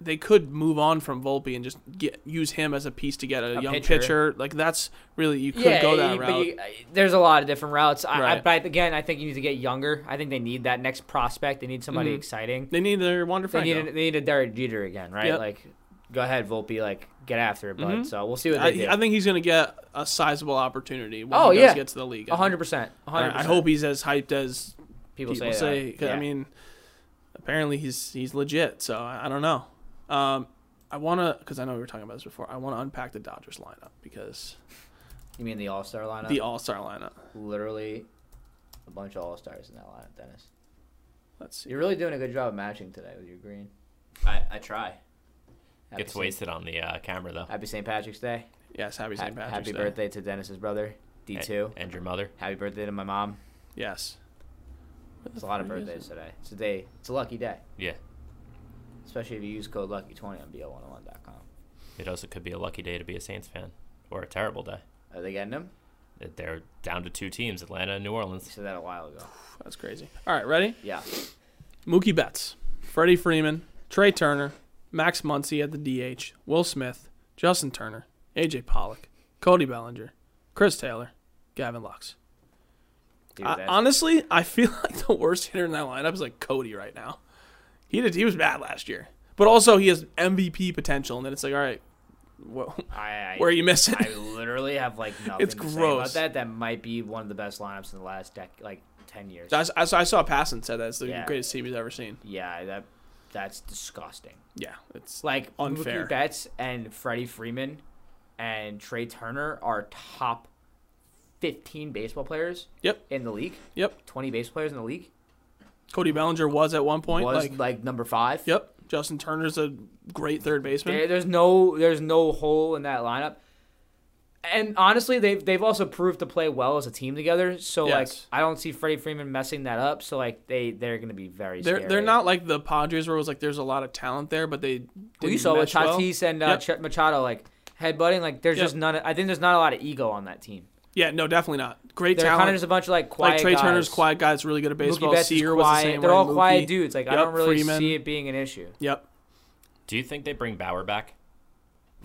Speaker 2: they could move on from Volpe and just get use him as a piece to get a,
Speaker 5: A
Speaker 2: young
Speaker 5: pitcher.
Speaker 2: pitcher. Like that's really you could
Speaker 4: yeah,
Speaker 2: go that
Speaker 4: you- but
Speaker 2: route.
Speaker 4: you- there's a lot of different routes. I, I,
Speaker 2: Right.
Speaker 4: but again, I think you need to get younger. I think they need that next prospect. They need
Speaker 2: Mm-hmm.
Speaker 4: somebody exciting.
Speaker 2: they need their Wander
Speaker 4: They need,
Speaker 2: Franco.
Speaker 4: a, they need a Derek Jeter again, right?
Speaker 2: Yep. Mm-hmm.
Speaker 4: Like, go ahead, Volpe. Like, get after it, bud. So we'll see what
Speaker 2: I,
Speaker 4: they do.
Speaker 2: I think he's going to get a sizable opportunity when
Speaker 4: Oh,
Speaker 2: he does
Speaker 4: yeah.
Speaker 2: get to the league. I
Speaker 4: A
Speaker 2: think.
Speaker 4: hundred percent. A
Speaker 2: I-
Speaker 4: hundred
Speaker 2: I
Speaker 4: percent.
Speaker 2: hope he's as hyped as
Speaker 4: people,
Speaker 2: people,
Speaker 4: that.
Speaker 2: say. 'cause,
Speaker 4: Yeah.
Speaker 2: I mean, apparently he's he's legit. So I, I don't know. Um, I want to because I know we were talking about this before. I want to unpack the Dodgers lineup because
Speaker 4: you mean the All Star lineup?
Speaker 2: the All Star lineup.
Speaker 4: Literally, a bunch of All Stars in that lineup, Dennis.
Speaker 2: Let's see.
Speaker 4: You're really doing a good job of matching today with your green.
Speaker 5: I, I try.
Speaker 4: Happy
Speaker 3: Gets
Speaker 4: Saint-
Speaker 3: wasted on the uh, camera though.
Speaker 4: Happy St. Patrick's Day.
Speaker 2: Yes, happy
Speaker 4: Ha-
Speaker 2: St. Patrick's
Speaker 4: happy
Speaker 2: Day.
Speaker 4: birthday to Dennis's brother, D two.
Speaker 3: And, and your mother.
Speaker 4: Happy birthday to my mom.
Speaker 2: Yes.
Speaker 4: There's a lot of
Speaker 2: Where is it?
Speaker 4: birthdays today. It's a day. It's a lucky day,
Speaker 3: Yeah.
Speaker 4: especially if you use code lucky twenty on bl101.com.
Speaker 3: It also could be a lucky day to be a Saints fan, or a terrible day.
Speaker 4: Are they getting them?
Speaker 3: That They're down to two teams, Atlanta and New
Speaker 4: You
Speaker 3: Orleans.
Speaker 4: said that a while ago.
Speaker 2: That's crazy. All right, ready?
Speaker 4: Yeah.
Speaker 2: Mookie Betts, Freddie Freeman, Trey Turner, Max Muncy at the DH, Will Smith, Justin Turner, AJ Pollock, Cody Bellinger, Chris Taylor, Gavin Lux.
Speaker 4: Dude,
Speaker 2: I-
Speaker 4: that's-
Speaker 2: honestly, I feel like the worst hitter in that lineup is like Cody right now. He did, he was bad last year, but also he has MVP potential, and then it's like, all right, well,
Speaker 4: I, I,
Speaker 2: where are you missing?
Speaker 4: I literally have like nothing
Speaker 2: It's
Speaker 4: to say
Speaker 2: gross.
Speaker 4: about that. That might be one of the best lineups in the last dec- like ten years.
Speaker 2: I, I saw, I saw Passon said that's the
Speaker 4: Yeah.
Speaker 2: greatest team he's ever seen.
Speaker 4: yeah, that that's disgusting.
Speaker 2: Yeah, it's
Speaker 4: Like
Speaker 2: Unfair.
Speaker 4: Mookie Betts and Freddie Freeman and Trey Turner are top fifteen baseball players
Speaker 2: yep,
Speaker 4: in the league.
Speaker 2: yep.
Speaker 4: Twenty baseball players in the league
Speaker 2: Cody Bellinger was at one point
Speaker 4: was
Speaker 2: like,
Speaker 4: like, number five.
Speaker 2: Yep. Justin Turner's a great third baseman.
Speaker 4: There, there's no there's no hole in that lineup. And honestly, they've they've also proved to play well as a team together. So
Speaker 2: Yes.
Speaker 4: like I don't see Freddie Freeman messing that up. So like they they're gonna be very
Speaker 2: They're
Speaker 4: scary.
Speaker 2: they're not like the Padres where it was like there's a lot of talent there, but they
Speaker 4: Well,
Speaker 2: didn't
Speaker 4: you saw with
Speaker 2: mesh well.
Speaker 4: Tatis and uh,
Speaker 2: Yep.
Speaker 4: Chet Machado like headbutting. Like there's
Speaker 2: Yep.
Speaker 4: just none. I think there's not a lot of ego on that team.
Speaker 2: yeah, no, definitely not. Great
Speaker 4: They're kind
Speaker 2: talent.
Speaker 4: of just a bunch of like quiet
Speaker 2: like Trey
Speaker 4: guys.
Speaker 2: Turner's quiet guy that's really good at
Speaker 4: Mookie
Speaker 2: baseball.
Speaker 4: Betts is
Speaker 2: Seager
Speaker 4: quiet.
Speaker 2: was the same
Speaker 4: they're
Speaker 2: way.
Speaker 4: all quiet
Speaker 2: Mookie.
Speaker 4: dudes. Like I
Speaker 2: Yep,
Speaker 4: don't really
Speaker 2: Freeman.
Speaker 4: see it being an issue.
Speaker 2: Yep.
Speaker 3: Do you think they bring Bauer back?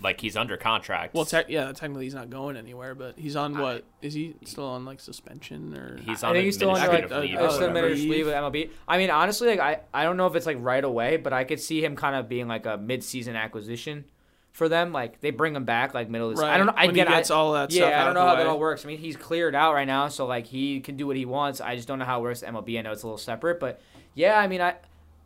Speaker 3: Like he's under contract.
Speaker 2: Well, tec- yeah, technically he's not going anywhere, but he's on what? Is he still on like suspension or?
Speaker 3: he's
Speaker 4: I
Speaker 3: on
Speaker 4: think he's still under like
Speaker 3: administrative
Speaker 2: uh,
Speaker 3: leave.
Speaker 2: uh,
Speaker 3: or
Speaker 4: a
Speaker 2: whatever.
Speaker 4: seven-minute
Speaker 3: whatever.
Speaker 2: Leave.
Speaker 4: leave with MLB. I mean, honestly, like I, I don't know if it's like right away, but I could see him kind of being like a mid-season acquisition for them. Like they bring him back like middle of the
Speaker 2: Right,
Speaker 4: I don't know. I
Speaker 2: when he
Speaker 4: get
Speaker 2: gets all that
Speaker 4: Yeah,
Speaker 2: stuff
Speaker 4: I
Speaker 2: out
Speaker 4: don't
Speaker 2: of
Speaker 4: know
Speaker 2: the
Speaker 4: how
Speaker 2: way.
Speaker 4: that all works. I mean, he's cleared out right now, so like he can do what he wants. I just don't know how it works at MLB. I know it's a little separate, but yeah, I mean, I.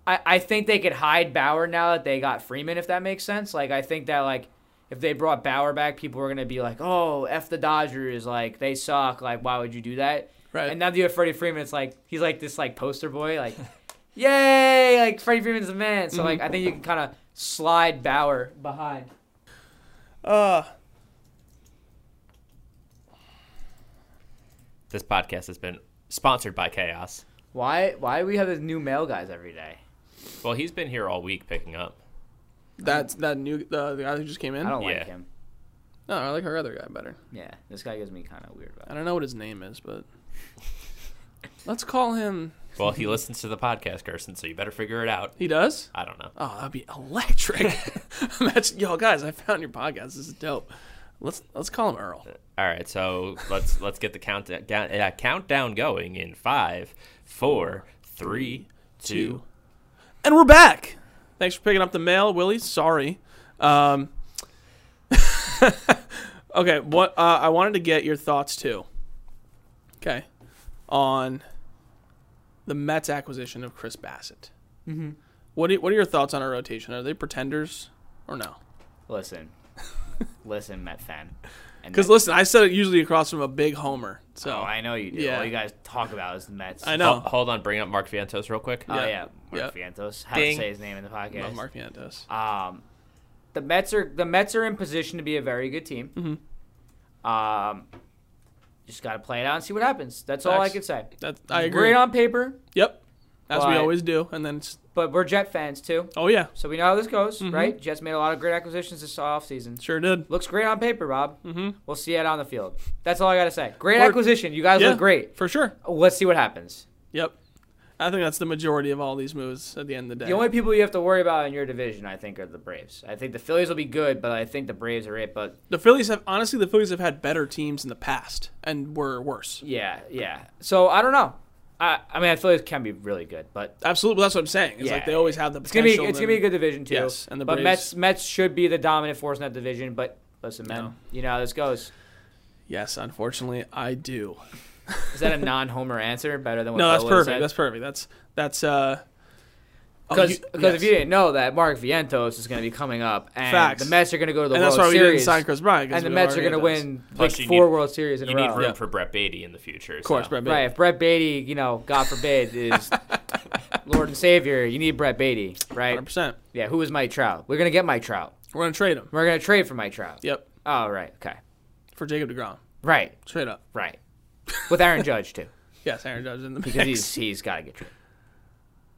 Speaker 4: I, I think they could hide Bauer now that they got Freeman, if that makes sense. Like I think that like if they brought Bauer back, people were gonna be like, "Oh, f the Dodgers, like they suck. Like why would you do that?"
Speaker 2: Right.
Speaker 4: And now that you have Freddie Freeman, it's like he's like this like poster boy, like, yay, like Freddie Freeman's the man. So
Speaker 2: Mm-hmm.
Speaker 4: like I think you can kind of slide Bauer behind.
Speaker 2: Uh,
Speaker 3: This podcast has been sponsored by Chaos.
Speaker 4: Why why do we have these new male guys every day?
Speaker 3: Well, he's been here all week picking up.
Speaker 2: that's that new uh, the guy who just came in.
Speaker 4: I don't
Speaker 3: Yeah.
Speaker 4: like him.
Speaker 2: No, I like her other guy better.
Speaker 4: Yeah, this guy gives me kind of weird vibes.
Speaker 2: I don't know what his name is, but let's call him.
Speaker 3: Well, he listens to the podcast, Kirsten, so you better figure it out.
Speaker 2: He does.
Speaker 3: I don't know.
Speaker 2: Oh, that'd be electric. Imagine, yo, guys, I found your podcast. This is dope. Let's let's call him Earl.
Speaker 3: All right, so let's let's get the count down, uh, countdown going in five, four, three, two.
Speaker 2: And we're back. Thanks for picking up the mail, Willie. Sorry. Um, okay, what uh, I wanted to get your thoughts too. Okay, on the Mets acquisition of Chris Bassett. Mm-hmm. What are, what are your thoughts on our rotation? Are they pretenders or no?
Speaker 4: Listen, listen, Met fan. And
Speaker 2: Because
Speaker 4: Met-
Speaker 2: listen, I said it usually across from a big homer. So
Speaker 4: oh, I know you do.
Speaker 2: yeah.
Speaker 4: All you guys talk about is the Mets.
Speaker 2: I
Speaker 4: know.
Speaker 2: know.
Speaker 3: Ho- Oh, hold on, bring up Mark Vientos real quick.
Speaker 4: Oh
Speaker 2: Yeah.
Speaker 4: yeah, Mark Vientos. How to
Speaker 3: Ding.
Speaker 4: say his name in the podcast?
Speaker 2: Love Mark Vientos.
Speaker 4: Um, the Mets are the Mets are in position to be a very good team.
Speaker 2: Mm-hmm.
Speaker 4: Um, just got to play it out and see what happens. That's all I
Speaker 2: Facts.
Speaker 4: can say.
Speaker 2: That I agree.
Speaker 4: Great on paper,
Speaker 2: Yep. As we
Speaker 4: But-
Speaker 2: always do. And then it's
Speaker 4: but we're Jet fans too,
Speaker 2: oh yeah,
Speaker 4: so we know how this goes,
Speaker 2: Mm-hmm.
Speaker 4: right? Jets made a lot of great acquisitions this offseason.
Speaker 2: sure did.
Speaker 4: Looks great on paper, Rob. Mm-hmm. We'll see it on the field. That's all I got to say. Great
Speaker 2: Word.
Speaker 4: acquisition. You guys
Speaker 2: Yeah,
Speaker 4: look great.
Speaker 2: For sure.
Speaker 4: Let's see what happens.
Speaker 2: Yep. I think that's the majority of all these moves at the end of the day.
Speaker 4: The only people you have to worry about in your division, I think, are the Braves. I think the Phillies will be good, but I think the Braves are it. But
Speaker 2: the Phillies have honestly, the Phillies have had better teams in the past and were worse.
Speaker 4: yeah, yeah. So I don't know. I, I mean, I Phillies can be really good, but
Speaker 2: Absolutely, that's what I'm saying. It's
Speaker 4: Yeah,
Speaker 2: like they always have the
Speaker 4: it's gonna be
Speaker 2: potential.
Speaker 4: it's gonna be a good division too.
Speaker 2: Yes, and the
Speaker 4: but
Speaker 2: Braves-
Speaker 4: Mets Mets should be the dominant force in that division. But listen, man, you know how this goes.
Speaker 2: Yes, unfortunately, I do.
Speaker 4: Is that a non-homer answer? Better than what
Speaker 2: No,
Speaker 4: Bill
Speaker 2: that's
Speaker 4: would've
Speaker 2: perfect.
Speaker 4: said?
Speaker 2: That's perfect. That's that's uh. oh,
Speaker 4: Because
Speaker 2: yes.
Speaker 4: if you didn't know that, Mark Vientos is going to be coming up, and
Speaker 2: Facts.
Speaker 4: the Mets are going to go to the
Speaker 2: and
Speaker 4: World
Speaker 2: that's why we
Speaker 4: Series,
Speaker 2: didn't sign Chris Bryant. 'cause
Speaker 4: and the
Speaker 2: we
Speaker 4: Mets are
Speaker 2: already
Speaker 4: going to
Speaker 2: had those.
Speaker 4: win
Speaker 3: Plus, you
Speaker 4: like four
Speaker 3: need-
Speaker 4: World Series in
Speaker 3: You
Speaker 4: a row.
Speaker 3: need room
Speaker 2: Yeah.
Speaker 3: for Brett Beatty in the future.
Speaker 2: Of course,
Speaker 3: so.
Speaker 2: Brett Beatty.
Speaker 4: Right, if Brett Beatty, you know, God forbid, is Lord and Savior, you need Brett Beatty, right?
Speaker 2: 100%.
Speaker 4: Yeah, who is Mike Trout? We're gonna get Mike Trout.
Speaker 2: We're gonna trade him.
Speaker 4: We're gonna trade for Mike Trout.
Speaker 2: Yep,
Speaker 4: Oh, right, okay,
Speaker 2: for Jacob Degrom.
Speaker 4: right,
Speaker 2: Trade up.
Speaker 4: right, with Aaron Judge too,
Speaker 2: Yes, Aaron Judge is in the
Speaker 4: because
Speaker 2: mix.
Speaker 4: he's he's got to get traded.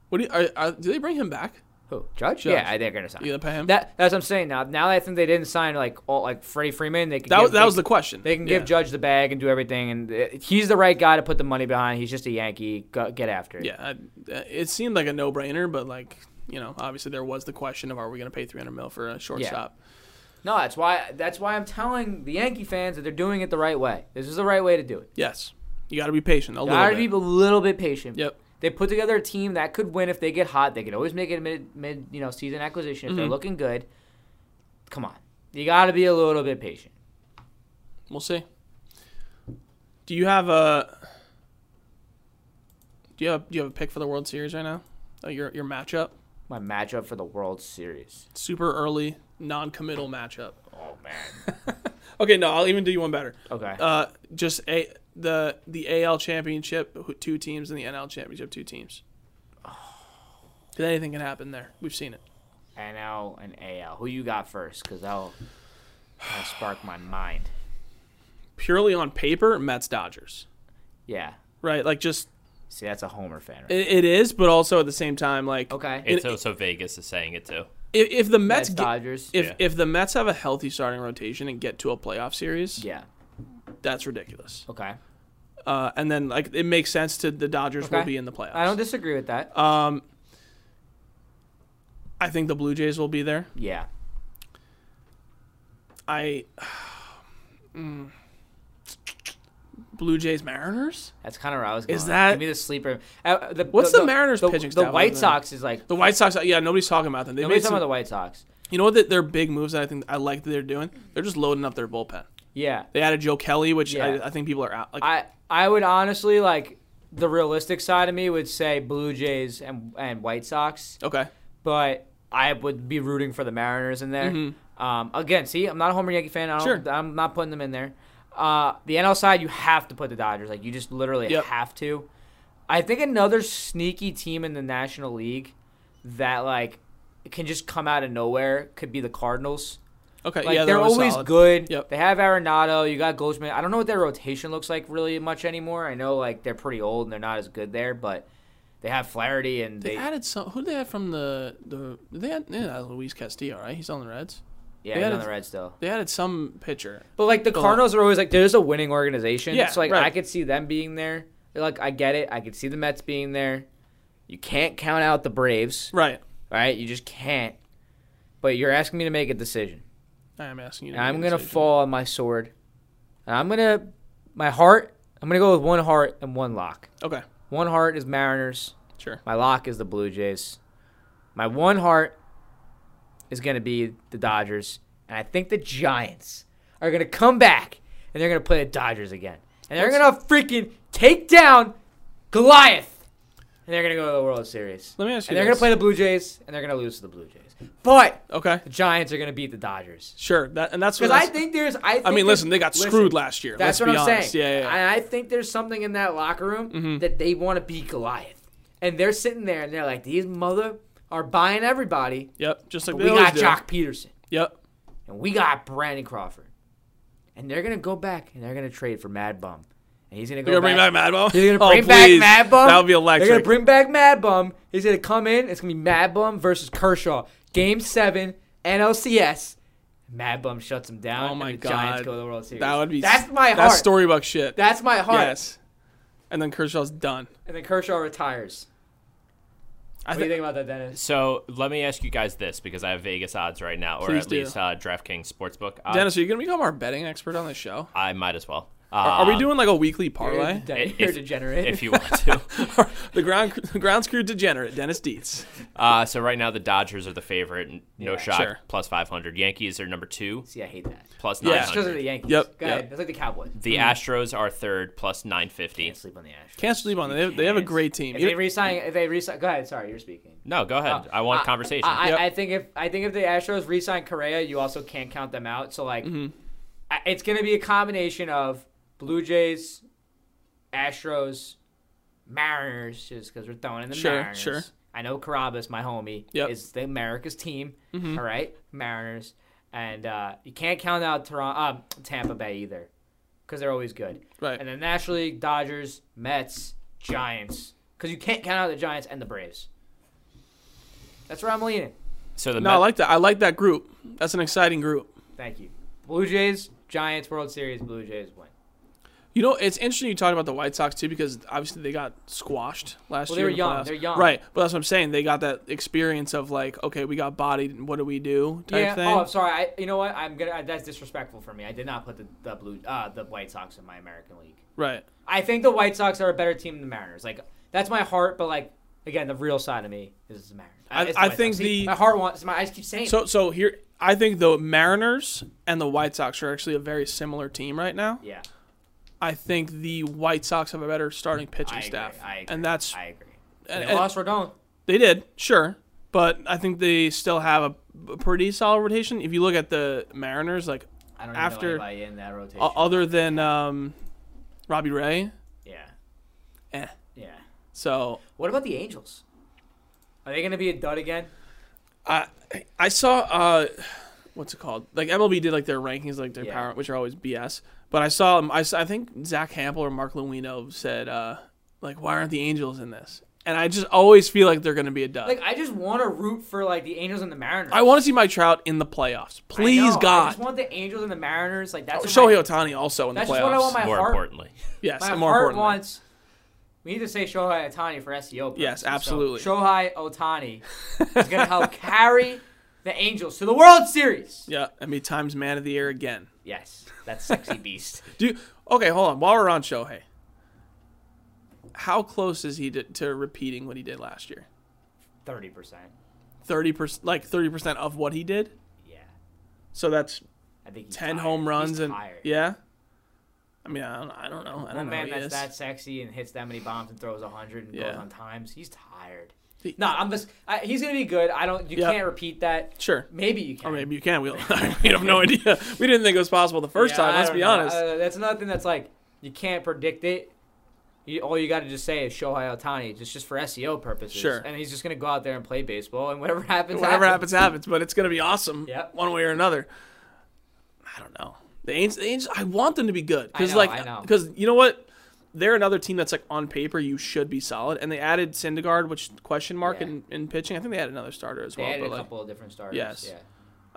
Speaker 2: What do you, are, are, do they bring him back?
Speaker 4: Who Judge?
Speaker 2: Judge.
Speaker 4: Yeah, they're gonna sign.
Speaker 2: You gonna pay him?
Speaker 4: That that's what I'm saying. Now, now that I think they didn't sign like all like Freddie Freeman, they could
Speaker 2: That
Speaker 4: give,
Speaker 2: was that
Speaker 4: they-
Speaker 2: was the question.
Speaker 4: They can
Speaker 2: Yeah.
Speaker 4: give Judge the bag and do everything, and uh, he's the right guy to put the money behind. He's just a Yankee. Go, get after it.
Speaker 2: Yeah, I, uh, it seemed like a no-brainer, but like you know, obviously there was the question of are we gonna pay 300 mil for a shortstop?
Speaker 4: No, that's why. That's why I'm telling the Yankee fans that they're doing it the right way. This is the right way to do it.
Speaker 2: Yes, you got to be patient. A little
Speaker 4: Gotta
Speaker 2: bit.
Speaker 4: be a little bit patient.
Speaker 2: Yep.
Speaker 4: They put together a team that could win if they get hot. They could always make it a mid mid you know season acquisition if
Speaker 2: Mm-hmm.
Speaker 4: they're looking good. Come on, you gotta be a little bit patient.
Speaker 2: We'll see. Do you have a do you have do you have a pick for the World Series right now? Uh, your your matchup,
Speaker 4: My matchup for the World Series.
Speaker 2: super early, non-committal matchup.
Speaker 4: Oh man.
Speaker 2: Okay, no, I'll even do you one better.
Speaker 4: Okay.
Speaker 2: Uh, just a the the AL championship, who- two teams, and the NL championship, two teams. Because anything can happen there. We've seen it.
Speaker 4: NL and AL. Who you got first? Because that'll, that'll spark my mind.
Speaker 2: Purely on paper, Mets Dodgers,
Speaker 4: Yeah.
Speaker 2: right? Like just
Speaker 4: See, that's a Homer fan. Right?
Speaker 2: it, it is, but also at the same time, like
Speaker 4: okay.
Speaker 3: It's
Speaker 2: It-
Speaker 3: also Vegas is saying it too.
Speaker 2: if, if the Mets
Speaker 4: Mets,
Speaker 2: get,
Speaker 4: Dodgers.
Speaker 2: if
Speaker 3: Yeah.
Speaker 2: if the Mets have a healthy starting rotation and get to a playoff series,
Speaker 4: yeah.
Speaker 2: that's ridiculous.
Speaker 4: Okay.
Speaker 2: Uh, and then like it makes sense to the Dodgers will
Speaker 4: Okay.
Speaker 2: be in the playoffs.
Speaker 4: I don't disagree with that.
Speaker 2: Uh, I think the Blue Jays will be there.
Speaker 4: yeah.
Speaker 2: I Mm. Blue Jays Mariners.
Speaker 4: That's kind of where I was going.
Speaker 2: Is that-
Speaker 4: give me the sleeper? Uh, the,
Speaker 2: What's
Speaker 4: the,
Speaker 2: the Mariners
Speaker 4: the,
Speaker 2: pitching
Speaker 4: The
Speaker 2: staff
Speaker 4: White
Speaker 2: other than-
Speaker 4: Sox is like
Speaker 2: The White Sox. Yeah, nobody's talking about them. They
Speaker 4: nobody's
Speaker 2: made some,
Speaker 4: talking about the White Sox.
Speaker 2: You know what? The, their big moves that I think I like that they're doing. They're just loading up their bullpen.
Speaker 4: Yeah,
Speaker 2: They added Joe Kelly, which
Speaker 4: Yeah.
Speaker 2: I, I think people are out. Like
Speaker 4: I I would honestly like the realistic side of me would say Blue Jays and and White Sox,
Speaker 2: okay,
Speaker 4: but I would be rooting for the Mariners in there. Um, again, see, I'm not a Homer Yankee fan. I don't,
Speaker 2: Mm-hmm. Sure.
Speaker 4: I'm not putting them in there. Uh, the NL side, you have to put the Dodgers. Like you just literally
Speaker 2: Yep.
Speaker 4: have to. I think another sneaky team in the National League that like can just come out of nowhere could be the Cardinals.
Speaker 2: okay,
Speaker 4: Like
Speaker 2: Uh, yeah,
Speaker 4: they're, always
Speaker 2: solid.
Speaker 4: good.
Speaker 2: Yep.
Speaker 4: They have Arenado. You got Goldschmidt. I don't know what their rotation looks like really much anymore. I know like they're pretty old and they're not as good there, but they have Flaherty and
Speaker 2: They
Speaker 4: they,
Speaker 2: added some. Who did they have from the the? did They had yeah, Luis Castillo, right? He's on the Reds.
Speaker 4: yeah
Speaker 2: they
Speaker 4: he's
Speaker 2: added-
Speaker 4: on the Reds still.
Speaker 2: They added some pitcher.
Speaker 4: But like the
Speaker 2: Go on.
Speaker 4: Cardinals are always like they're just a winning organization.
Speaker 2: Yeah,
Speaker 4: so like
Speaker 2: right.
Speaker 4: I could see them being there. Like I get it. I could see the Mets being there. You can't count out the Braves,
Speaker 2: Right.
Speaker 4: right? You just can't. But you're asking me to make a decision.
Speaker 2: I am asking you. To
Speaker 4: And I'm
Speaker 2: make a
Speaker 4: gonna
Speaker 2: decision.
Speaker 4: fall on my sword. And I'm gonna my heart. I'm gonna go with one heart and one lock.
Speaker 2: Okay.
Speaker 4: One heart is Mariners.
Speaker 2: Sure.
Speaker 4: My lock is the Blue Jays. My one heart is going to be the Dodgers. And I think the Giants are going to come back and they're going to play the Dodgers again. And they're going to freaking take down Goliath. And they're going to go to the World Series.
Speaker 2: Let me ask you
Speaker 4: And they're going
Speaker 2: this.
Speaker 4: to play the Blue Jays and they're going to lose to the Blue Jays. But
Speaker 2: Okay.
Speaker 4: the Giants are going to beat the Dodgers.
Speaker 2: Sure. That and that's what
Speaker 4: Because I
Speaker 2: that's-
Speaker 4: think there's, I, think
Speaker 2: I mean,
Speaker 4: there's-
Speaker 2: listen, they got screwed last year. Let's
Speaker 4: That's what
Speaker 2: be
Speaker 4: I'm
Speaker 2: honest.
Speaker 4: saying.
Speaker 2: Yeah, Mm-hmm. yeah, yeah.
Speaker 4: And I think there's something in that locker room that they want to beat Goliath. And they're sitting there and they're like, these mother are buying everybody.
Speaker 2: Yep. Just like
Speaker 4: But
Speaker 2: they
Speaker 4: we got
Speaker 2: always do.
Speaker 4: Jock Peterson.
Speaker 2: Yep.
Speaker 4: And we got Brandon Crawford. And they're going to go back and they're going to trade for Mad Bum. And he's going to
Speaker 2: They're
Speaker 4: go
Speaker 2: gonna bring back Mad
Speaker 4: back.
Speaker 2: Bum.
Speaker 4: He's
Speaker 2: Oh,
Speaker 4: gonna bring back
Speaker 2: please.
Speaker 4: Mad Bum.
Speaker 2: That would be electric.
Speaker 4: They're gonna bring back Mad Bum. He's gonna come in. It's gonna be Mad Bum versus Kershaw, Game Seven, NLCS. Mad Bum shuts him down.
Speaker 2: oh my
Speaker 4: and the
Speaker 2: god.
Speaker 4: Giants go to the World Series.
Speaker 2: That would be.
Speaker 4: That's my heart.
Speaker 2: That's storybook shit.
Speaker 4: That's my heart.
Speaker 2: Yes. And then Kershaw's done.
Speaker 4: And then Kershaw retires. What do you think about that, Dennis?
Speaker 3: So let me ask you guys this because I have Vegas odds right now, or
Speaker 2: Please
Speaker 3: at
Speaker 2: do.
Speaker 3: least uh, DraftKings sportsbook. Odds.
Speaker 2: Dennis, are you gonna become our betting expert on this show?
Speaker 3: I might as well. Uh,
Speaker 2: Are, are we doing like a weekly parlay?
Speaker 4: You're, a de-
Speaker 3: If-
Speaker 4: you're a degenerate.
Speaker 3: If you want to.
Speaker 2: the ground the ground crew degenerate, Dennis Dietz.
Speaker 3: Uh, so right now the Dodgers are the favorite, n- no
Speaker 4: Yeah.
Speaker 3: shot,
Speaker 2: Sure.
Speaker 3: plus 500. Yankees are number two,
Speaker 4: See, I hate that.
Speaker 3: plus
Speaker 2: Yeah.
Speaker 4: It's because of
Speaker 3: 900.
Speaker 4: the Yankees.
Speaker 2: Yep,
Speaker 4: Go ahead.
Speaker 2: yep.
Speaker 4: It's like the Cowboys.
Speaker 2: Hmm.
Speaker 3: the Astros are third, plus 950.
Speaker 4: Can't sleep on the Astros.
Speaker 2: Can't sleep on them. They have, they have a great team.
Speaker 4: If they resign, if they resign, go ahead. Sorry, you're speaking.
Speaker 3: No, go ahead. I want conversation.
Speaker 4: I, I-
Speaker 2: Yep.
Speaker 4: I think if I think if the Astros re-sign Correa, you also can't count them out. So like,
Speaker 2: Mm-hmm.
Speaker 4: I, it's going to be a combination of Blue Jays, Astros, Mariners, just because we're throwing in the
Speaker 2: Sure,
Speaker 4: Mariners.
Speaker 2: sure.
Speaker 4: I know Carabas, my homie,
Speaker 2: Yep. Mm-hmm.
Speaker 4: is the America's team. all right, Mariners, and uh, you can't count out Toronto, uh, Tampa Bay either, because they're always good.
Speaker 2: Right.
Speaker 4: And the National League, Dodgers, Mets, Giants, because you can't count out the Giants and the Braves. That's where I'm leaning.
Speaker 3: so the
Speaker 2: no, I
Speaker 3: Met-
Speaker 2: like that. I like that group. That's an exciting group.
Speaker 4: Thank you. Blue Jays, Giants, World Series, Blue Jays win.
Speaker 2: You know, it's interesting you talk about the White Sox too because obviously they got squashed last
Speaker 4: Well, they
Speaker 2: year.
Speaker 4: were
Speaker 2: in the
Speaker 4: young.
Speaker 2: playoffs.
Speaker 4: They're young.
Speaker 2: Right. But that's what I'm saying. They got that experience of like, okay, we got bodied and what do we do type
Speaker 4: yeah.
Speaker 2: thing.
Speaker 4: Oh, I'm sorry. I, you know what? I'm gonna. uh, that's disrespectful for me. I did not put the, the blue uh, the White Sox in my American League.
Speaker 2: right.
Speaker 4: I think the White Sox are a better team than the Mariners. Like that's my heart, but like again, the real side of me is the Mariners.
Speaker 2: I-
Speaker 4: It's
Speaker 2: I
Speaker 4: White
Speaker 2: think
Speaker 4: Sox. See,
Speaker 2: the-
Speaker 4: my heart wants. My eyes keep saying. it.
Speaker 2: So so here I think the Mariners and the White Sox are actually a very similar team right now.
Speaker 4: yeah,
Speaker 2: I think the White Sox have a better starting pitching
Speaker 4: I agree,
Speaker 2: staff.
Speaker 4: I agree,
Speaker 2: and that's
Speaker 4: I agree.
Speaker 2: and-
Speaker 4: they
Speaker 2: and-
Speaker 4: lost Rodon.
Speaker 2: They did, sure, but I think they still have a, a pretty solid rotation. If you look at the Mariners, like
Speaker 4: I don't even
Speaker 2: after-
Speaker 4: know anybody in that rotation.
Speaker 2: o- other than um, Robbie Ray,
Speaker 4: yeah,
Speaker 2: eh.
Speaker 4: yeah.
Speaker 2: So
Speaker 4: What about the Angels? Are they gonna be a dud again?
Speaker 2: I I saw uh, what's it called? Like MLB did like their rankings, like their
Speaker 4: Yeah.
Speaker 2: power, which are always BS. But I saw um, I, saw- I think Zach Hampel or Mark Luino said uh, like why aren't the Angels in this? And I just always feel like they're going to be a dud.
Speaker 4: Like I just want to root for like the Angels and the Mariners.
Speaker 2: I want to see Mike Trout in the playoffs,
Speaker 4: I
Speaker 2: please
Speaker 4: know. I
Speaker 2: God. Oh,
Speaker 4: just want the Angels and the Mariners. Like that's what
Speaker 2: Shohei
Speaker 4: my,
Speaker 2: Otani also in
Speaker 4: That's
Speaker 2: the playoffs.
Speaker 4: just what I want my
Speaker 3: more
Speaker 4: heart.
Speaker 3: importantly.
Speaker 2: yes,
Speaker 4: My
Speaker 2: and more
Speaker 4: heart
Speaker 2: importantly.
Speaker 4: wants. We need to say Shohei Otani for SEO. purposes.
Speaker 2: Yes,
Speaker 4: So,
Speaker 2: absolutely.
Speaker 4: Shohei Otani is going to help carry the Angels to the World Series.
Speaker 2: Yeah, I mean times man of the year again.
Speaker 4: Yes, that's sexy beast.
Speaker 2: Do you, okay, hold on. While we're on Shohei, how close is he to, to repeating what he did last year?
Speaker 4: Thirty percent.
Speaker 2: Thirty percent, like thirty percent of what he did.
Speaker 4: Yeah,
Speaker 2: So that's
Speaker 4: I think he's
Speaker 2: ten
Speaker 4: tired.
Speaker 2: home runs
Speaker 4: He's
Speaker 2: and
Speaker 4: tired.
Speaker 2: yeah. I mean, I don't, I don't know. I don't
Speaker 4: A
Speaker 2: know.
Speaker 4: man
Speaker 2: who he
Speaker 4: that's
Speaker 2: is.
Speaker 4: that sexy and hits that many bombs and throws hundred and goes
Speaker 2: Yeah.
Speaker 4: on times. He's tired.
Speaker 2: He-
Speaker 4: No, I'm just. I, he's gonna be good. I don't. You
Speaker 2: Yep.
Speaker 4: can't repeat that.
Speaker 2: Sure.
Speaker 4: Maybe you can.
Speaker 2: Or maybe you can. We, we have no idea. We didn't think it was possible the first
Speaker 4: Yeah,
Speaker 2: time.
Speaker 4: I
Speaker 2: Let's
Speaker 4: don't
Speaker 2: be
Speaker 4: know.
Speaker 2: honest.
Speaker 4: Uh, that's another thing that's like you can't predict it. You, all you got to just say is Shohei Otani, just just for SEO purposes.
Speaker 2: Sure.
Speaker 4: And he's just gonna go out there and play baseball, and whatever happens,
Speaker 2: Whatever happens, happens. But it's gonna be awesome,
Speaker 4: Yep.
Speaker 2: one way or another. I don't know. The Angels, the Angels I want them to be good because,
Speaker 4: I know, I know.
Speaker 2: like, because you know what? They're another team that's like on paper you should be solid, and they added Syndergaard, which question mark
Speaker 4: Yeah.
Speaker 2: in, in pitching. I think they had another starter as
Speaker 4: They
Speaker 2: well,
Speaker 4: added
Speaker 2: but
Speaker 4: a
Speaker 2: like,
Speaker 4: couple of different starters.
Speaker 2: Yes.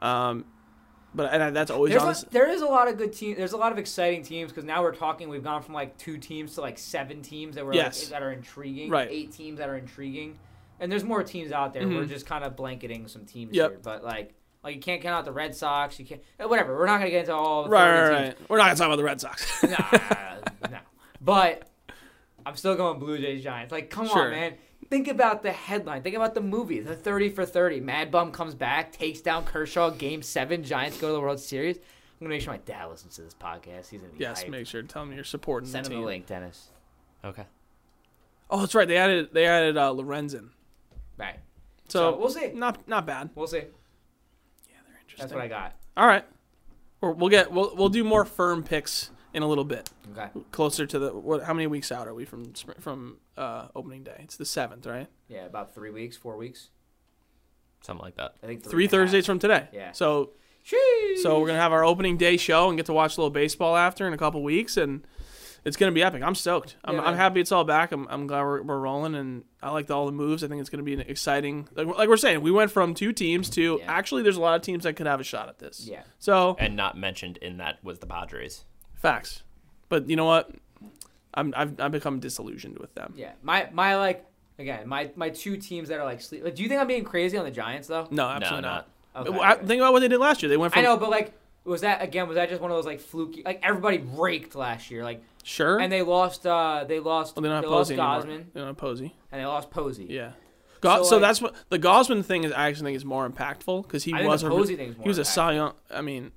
Speaker 4: Yeah.
Speaker 2: um, but and I, that's always
Speaker 4: There's
Speaker 2: honest.
Speaker 4: a, there is a lot of good teams. There's a lot of exciting teams because now we're talking. We've gone from like two teams to like seven teams that were
Speaker 2: Yes.
Speaker 4: like, that are intriguing.
Speaker 2: Right.
Speaker 4: Eight teams that are intriguing, and there's more teams out there. We're just kind of blanketing some teams
Speaker 2: Mm-hmm. Yep.
Speaker 4: here, but like like you can't count out the Red Sox. You can't eh, whatever. We're not gonna get into all the
Speaker 2: right,
Speaker 4: 30
Speaker 2: right,
Speaker 4: teams.
Speaker 2: right. We're not gonna talk about the Red Sox.
Speaker 4: no, no. But I'm still going Blue Jays Giants. Like, come
Speaker 2: Sure.
Speaker 4: on, man. Think about the headline. Think about the movie. The 30 for 30. Mad Bum comes back, takes down Kershaw. Game seven. Giants go to the World Series. I'm gonna make sure my dad listens to this podcast. He's gonna be
Speaker 2: yes,
Speaker 4: hyped.
Speaker 2: make sure to tell them you're supporting
Speaker 4: Send
Speaker 2: the
Speaker 4: him
Speaker 2: team.
Speaker 4: the link, Dennis.
Speaker 3: Okay.
Speaker 2: Oh, that's right. They added they added uh, Lorenzen.
Speaker 4: Right.
Speaker 2: So,
Speaker 4: So, we'll see.
Speaker 2: Not not bad.
Speaker 4: We'll see. That's
Speaker 2: Interesting.
Speaker 4: what I got.
Speaker 2: All right. We're, we'll get we'll we'll do more firm picks in a little bit.
Speaker 4: Okay.
Speaker 2: closer to the what? How many weeks out are we from spr- from uh, opening day? It's the seventh, right?
Speaker 4: Yeah, about three weeks, four weeks.
Speaker 3: Something like that.
Speaker 4: I think
Speaker 2: Three
Speaker 4: and a half.
Speaker 2: Thursdays from today.
Speaker 4: Yeah.
Speaker 2: So
Speaker 4: Sheesh.
Speaker 2: so we're gonna have our opening day show and get to watch a little baseball after in a couple weeks, and it's gonna be epic. I'm stoked. I'm,
Speaker 4: Yeah,
Speaker 2: I'm
Speaker 4: man.
Speaker 2: happy it's all back. I'm, I'm glad we're, we're rolling, and I liked all the moves. I think it's gonna be an exciting. Like, like we're saying, we went from two teams to
Speaker 4: Yeah.
Speaker 2: actually there's a lot of teams that could have a shot at this.
Speaker 4: Yeah.
Speaker 2: So
Speaker 3: And not mentioned in that was the Padres.
Speaker 2: facts, but you know what? I'm I've, I've become disillusioned with them.
Speaker 4: Yeah, my my like again, my my two teams that are like sleep. Like, do you think I'm being crazy on the Giants though?
Speaker 2: No, absolutely
Speaker 3: No,
Speaker 2: not.
Speaker 4: Okay,
Speaker 2: Well, I-
Speaker 4: okay.
Speaker 2: Think about what they did last year. They went from
Speaker 4: I know, but like, was that again? Was that just one of those like fluky? Like everybody raked last year, like,
Speaker 2: sure,
Speaker 4: and they lost. uh They lost.
Speaker 2: well, they don't have
Speaker 4: they lost
Speaker 2: Posey
Speaker 4: Gosman
Speaker 2: anymore. They don't have Posey.
Speaker 4: and they lost Posey.
Speaker 2: Yeah. Go- so
Speaker 4: So, like-
Speaker 2: that's what the Gosman thing is. I actually think is more impactful because he
Speaker 4: I think
Speaker 2: was
Speaker 4: the
Speaker 2: a
Speaker 4: Posey thing's more
Speaker 2: he was a
Speaker 4: impactful.
Speaker 2: Cy Young. I mean,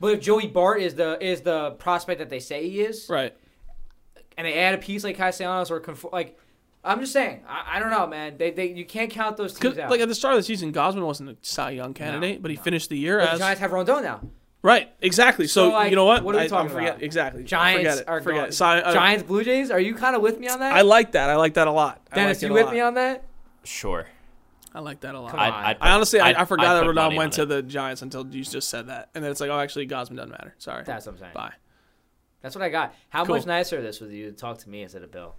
Speaker 4: But if Joey Bart is the is the prospect that they say he is,
Speaker 2: right?
Speaker 4: and they add a piece like Castellanos or conform, like, I'm just saying, I, I don't know, man. They, they you can't count those
Speaker 2: 'Cause,
Speaker 4: teams out.
Speaker 2: like at the start of the season, Gosman wasn't a Cy Young candidate, but he finished the year
Speaker 4: But the
Speaker 2: as
Speaker 4: Giants have Rondon now.
Speaker 2: right. Exactly. So,
Speaker 4: So, like,
Speaker 2: you know what?
Speaker 4: what are we
Speaker 2: I- I'm
Speaker 4: talking
Speaker 2: forget-
Speaker 4: about?
Speaker 2: Exactly.
Speaker 4: Giants
Speaker 2: forget it.
Speaker 4: are
Speaker 2: forget
Speaker 4: gone.
Speaker 2: it. Cy- uh,
Speaker 4: Giants Blue Jays. Are you kind of with me on that?
Speaker 2: I like that. I like that a lot. I
Speaker 4: Dennis,
Speaker 2: liked it
Speaker 4: you
Speaker 2: a
Speaker 4: with
Speaker 2: lot.
Speaker 4: me on that?
Speaker 3: Sure.
Speaker 2: I like that a lot.
Speaker 4: Come on.
Speaker 3: I'd, I'd
Speaker 2: I
Speaker 3: put-
Speaker 2: honestly, I,
Speaker 3: I'd-
Speaker 2: I forgot
Speaker 3: I'd
Speaker 2: that
Speaker 3: put
Speaker 2: Rodon
Speaker 3: money on
Speaker 2: went to
Speaker 3: it.
Speaker 2: the Giants until you just said that, and then it's like, oh, actually, Gosman doesn't matter. Sorry.
Speaker 4: That's what I'm saying.
Speaker 2: Bye.
Speaker 4: That's what I got. How
Speaker 2: Cool.
Speaker 4: much nicer this with you to talk to me instead of Bill?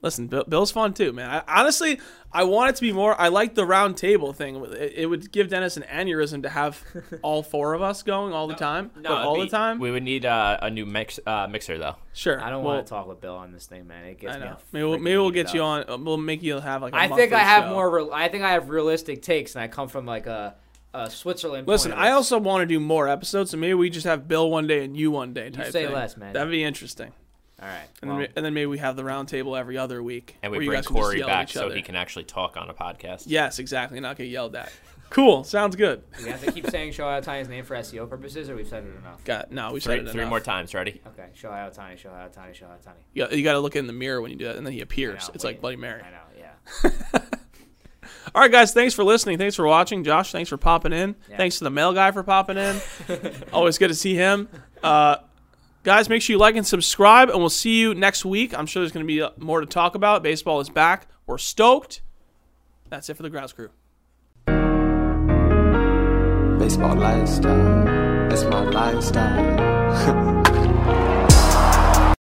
Speaker 2: Listen, Bill, Bill's fun too, man. I, honestly, I want it to be more. I like the round table thing. It, it would give Dennis an aneurysm to have all four of us going all the time,
Speaker 3: No,
Speaker 2: but all
Speaker 3: it'd
Speaker 2: the
Speaker 3: be-
Speaker 2: time.
Speaker 3: We would need uh, a new mix uh, mixer though.
Speaker 2: sure.
Speaker 4: I don't
Speaker 2: Well,
Speaker 4: want to talk with Bill on this thing, man. It gets
Speaker 2: I
Speaker 4: me.
Speaker 2: know.
Speaker 4: all
Speaker 2: Maybe we'll,
Speaker 4: freaking
Speaker 2: maybe we'll
Speaker 4: heated
Speaker 2: get you
Speaker 4: up.
Speaker 2: on. uh, We'll make you have like. I
Speaker 4: I think I have more. Real, I think I have realistic takes, and I come from like a, a Switzerland. point
Speaker 2: Listen,
Speaker 4: of
Speaker 2: I
Speaker 4: this.
Speaker 2: also want to do more episodes, so maybe we just have Bill one day and you one day. Type
Speaker 4: say
Speaker 2: thing.
Speaker 4: less, man.
Speaker 2: That'd be interesting.
Speaker 4: All right.
Speaker 2: And,
Speaker 4: well,
Speaker 2: then, ma- and then maybe we have the round table every other week.
Speaker 3: And we
Speaker 2: where you
Speaker 3: bring
Speaker 2: guys can just
Speaker 3: Corey
Speaker 2: yell at
Speaker 3: back
Speaker 2: each
Speaker 3: so
Speaker 2: other.
Speaker 3: he can actually talk on a podcast.
Speaker 2: Yes, exactly. Not get yelled at. Cool. Sounds good.
Speaker 4: we have to keep saying Shohei Otani's name for SEO purposes, or we've said it enough.
Speaker 2: Got no. We
Speaker 3: Three,
Speaker 2: said it
Speaker 3: three
Speaker 2: enough.
Speaker 3: more times. Ready?
Speaker 4: Okay, Shohei Otani, Shohei Otani, Shohei Otani.
Speaker 2: You got, you got to look in the mirror when you do that, and then he appears.
Speaker 4: know,
Speaker 2: it's like
Speaker 4: wait.
Speaker 2: Bloody Mary.
Speaker 4: I know, yeah.
Speaker 2: All right, guys. Thanks for listening. Thanks for watching. Josh, thanks for popping in. Thanks to the mail guy for popping in. Always good to see him. Uh, guys, make sure you like and subscribe, and we'll see you next week. I'm sure there's going to be uh, more to talk about. Baseball is back. We're stoked. That's it for the Grouse Crew.
Speaker 1: Baseball lifestyle. That's my lifestyle.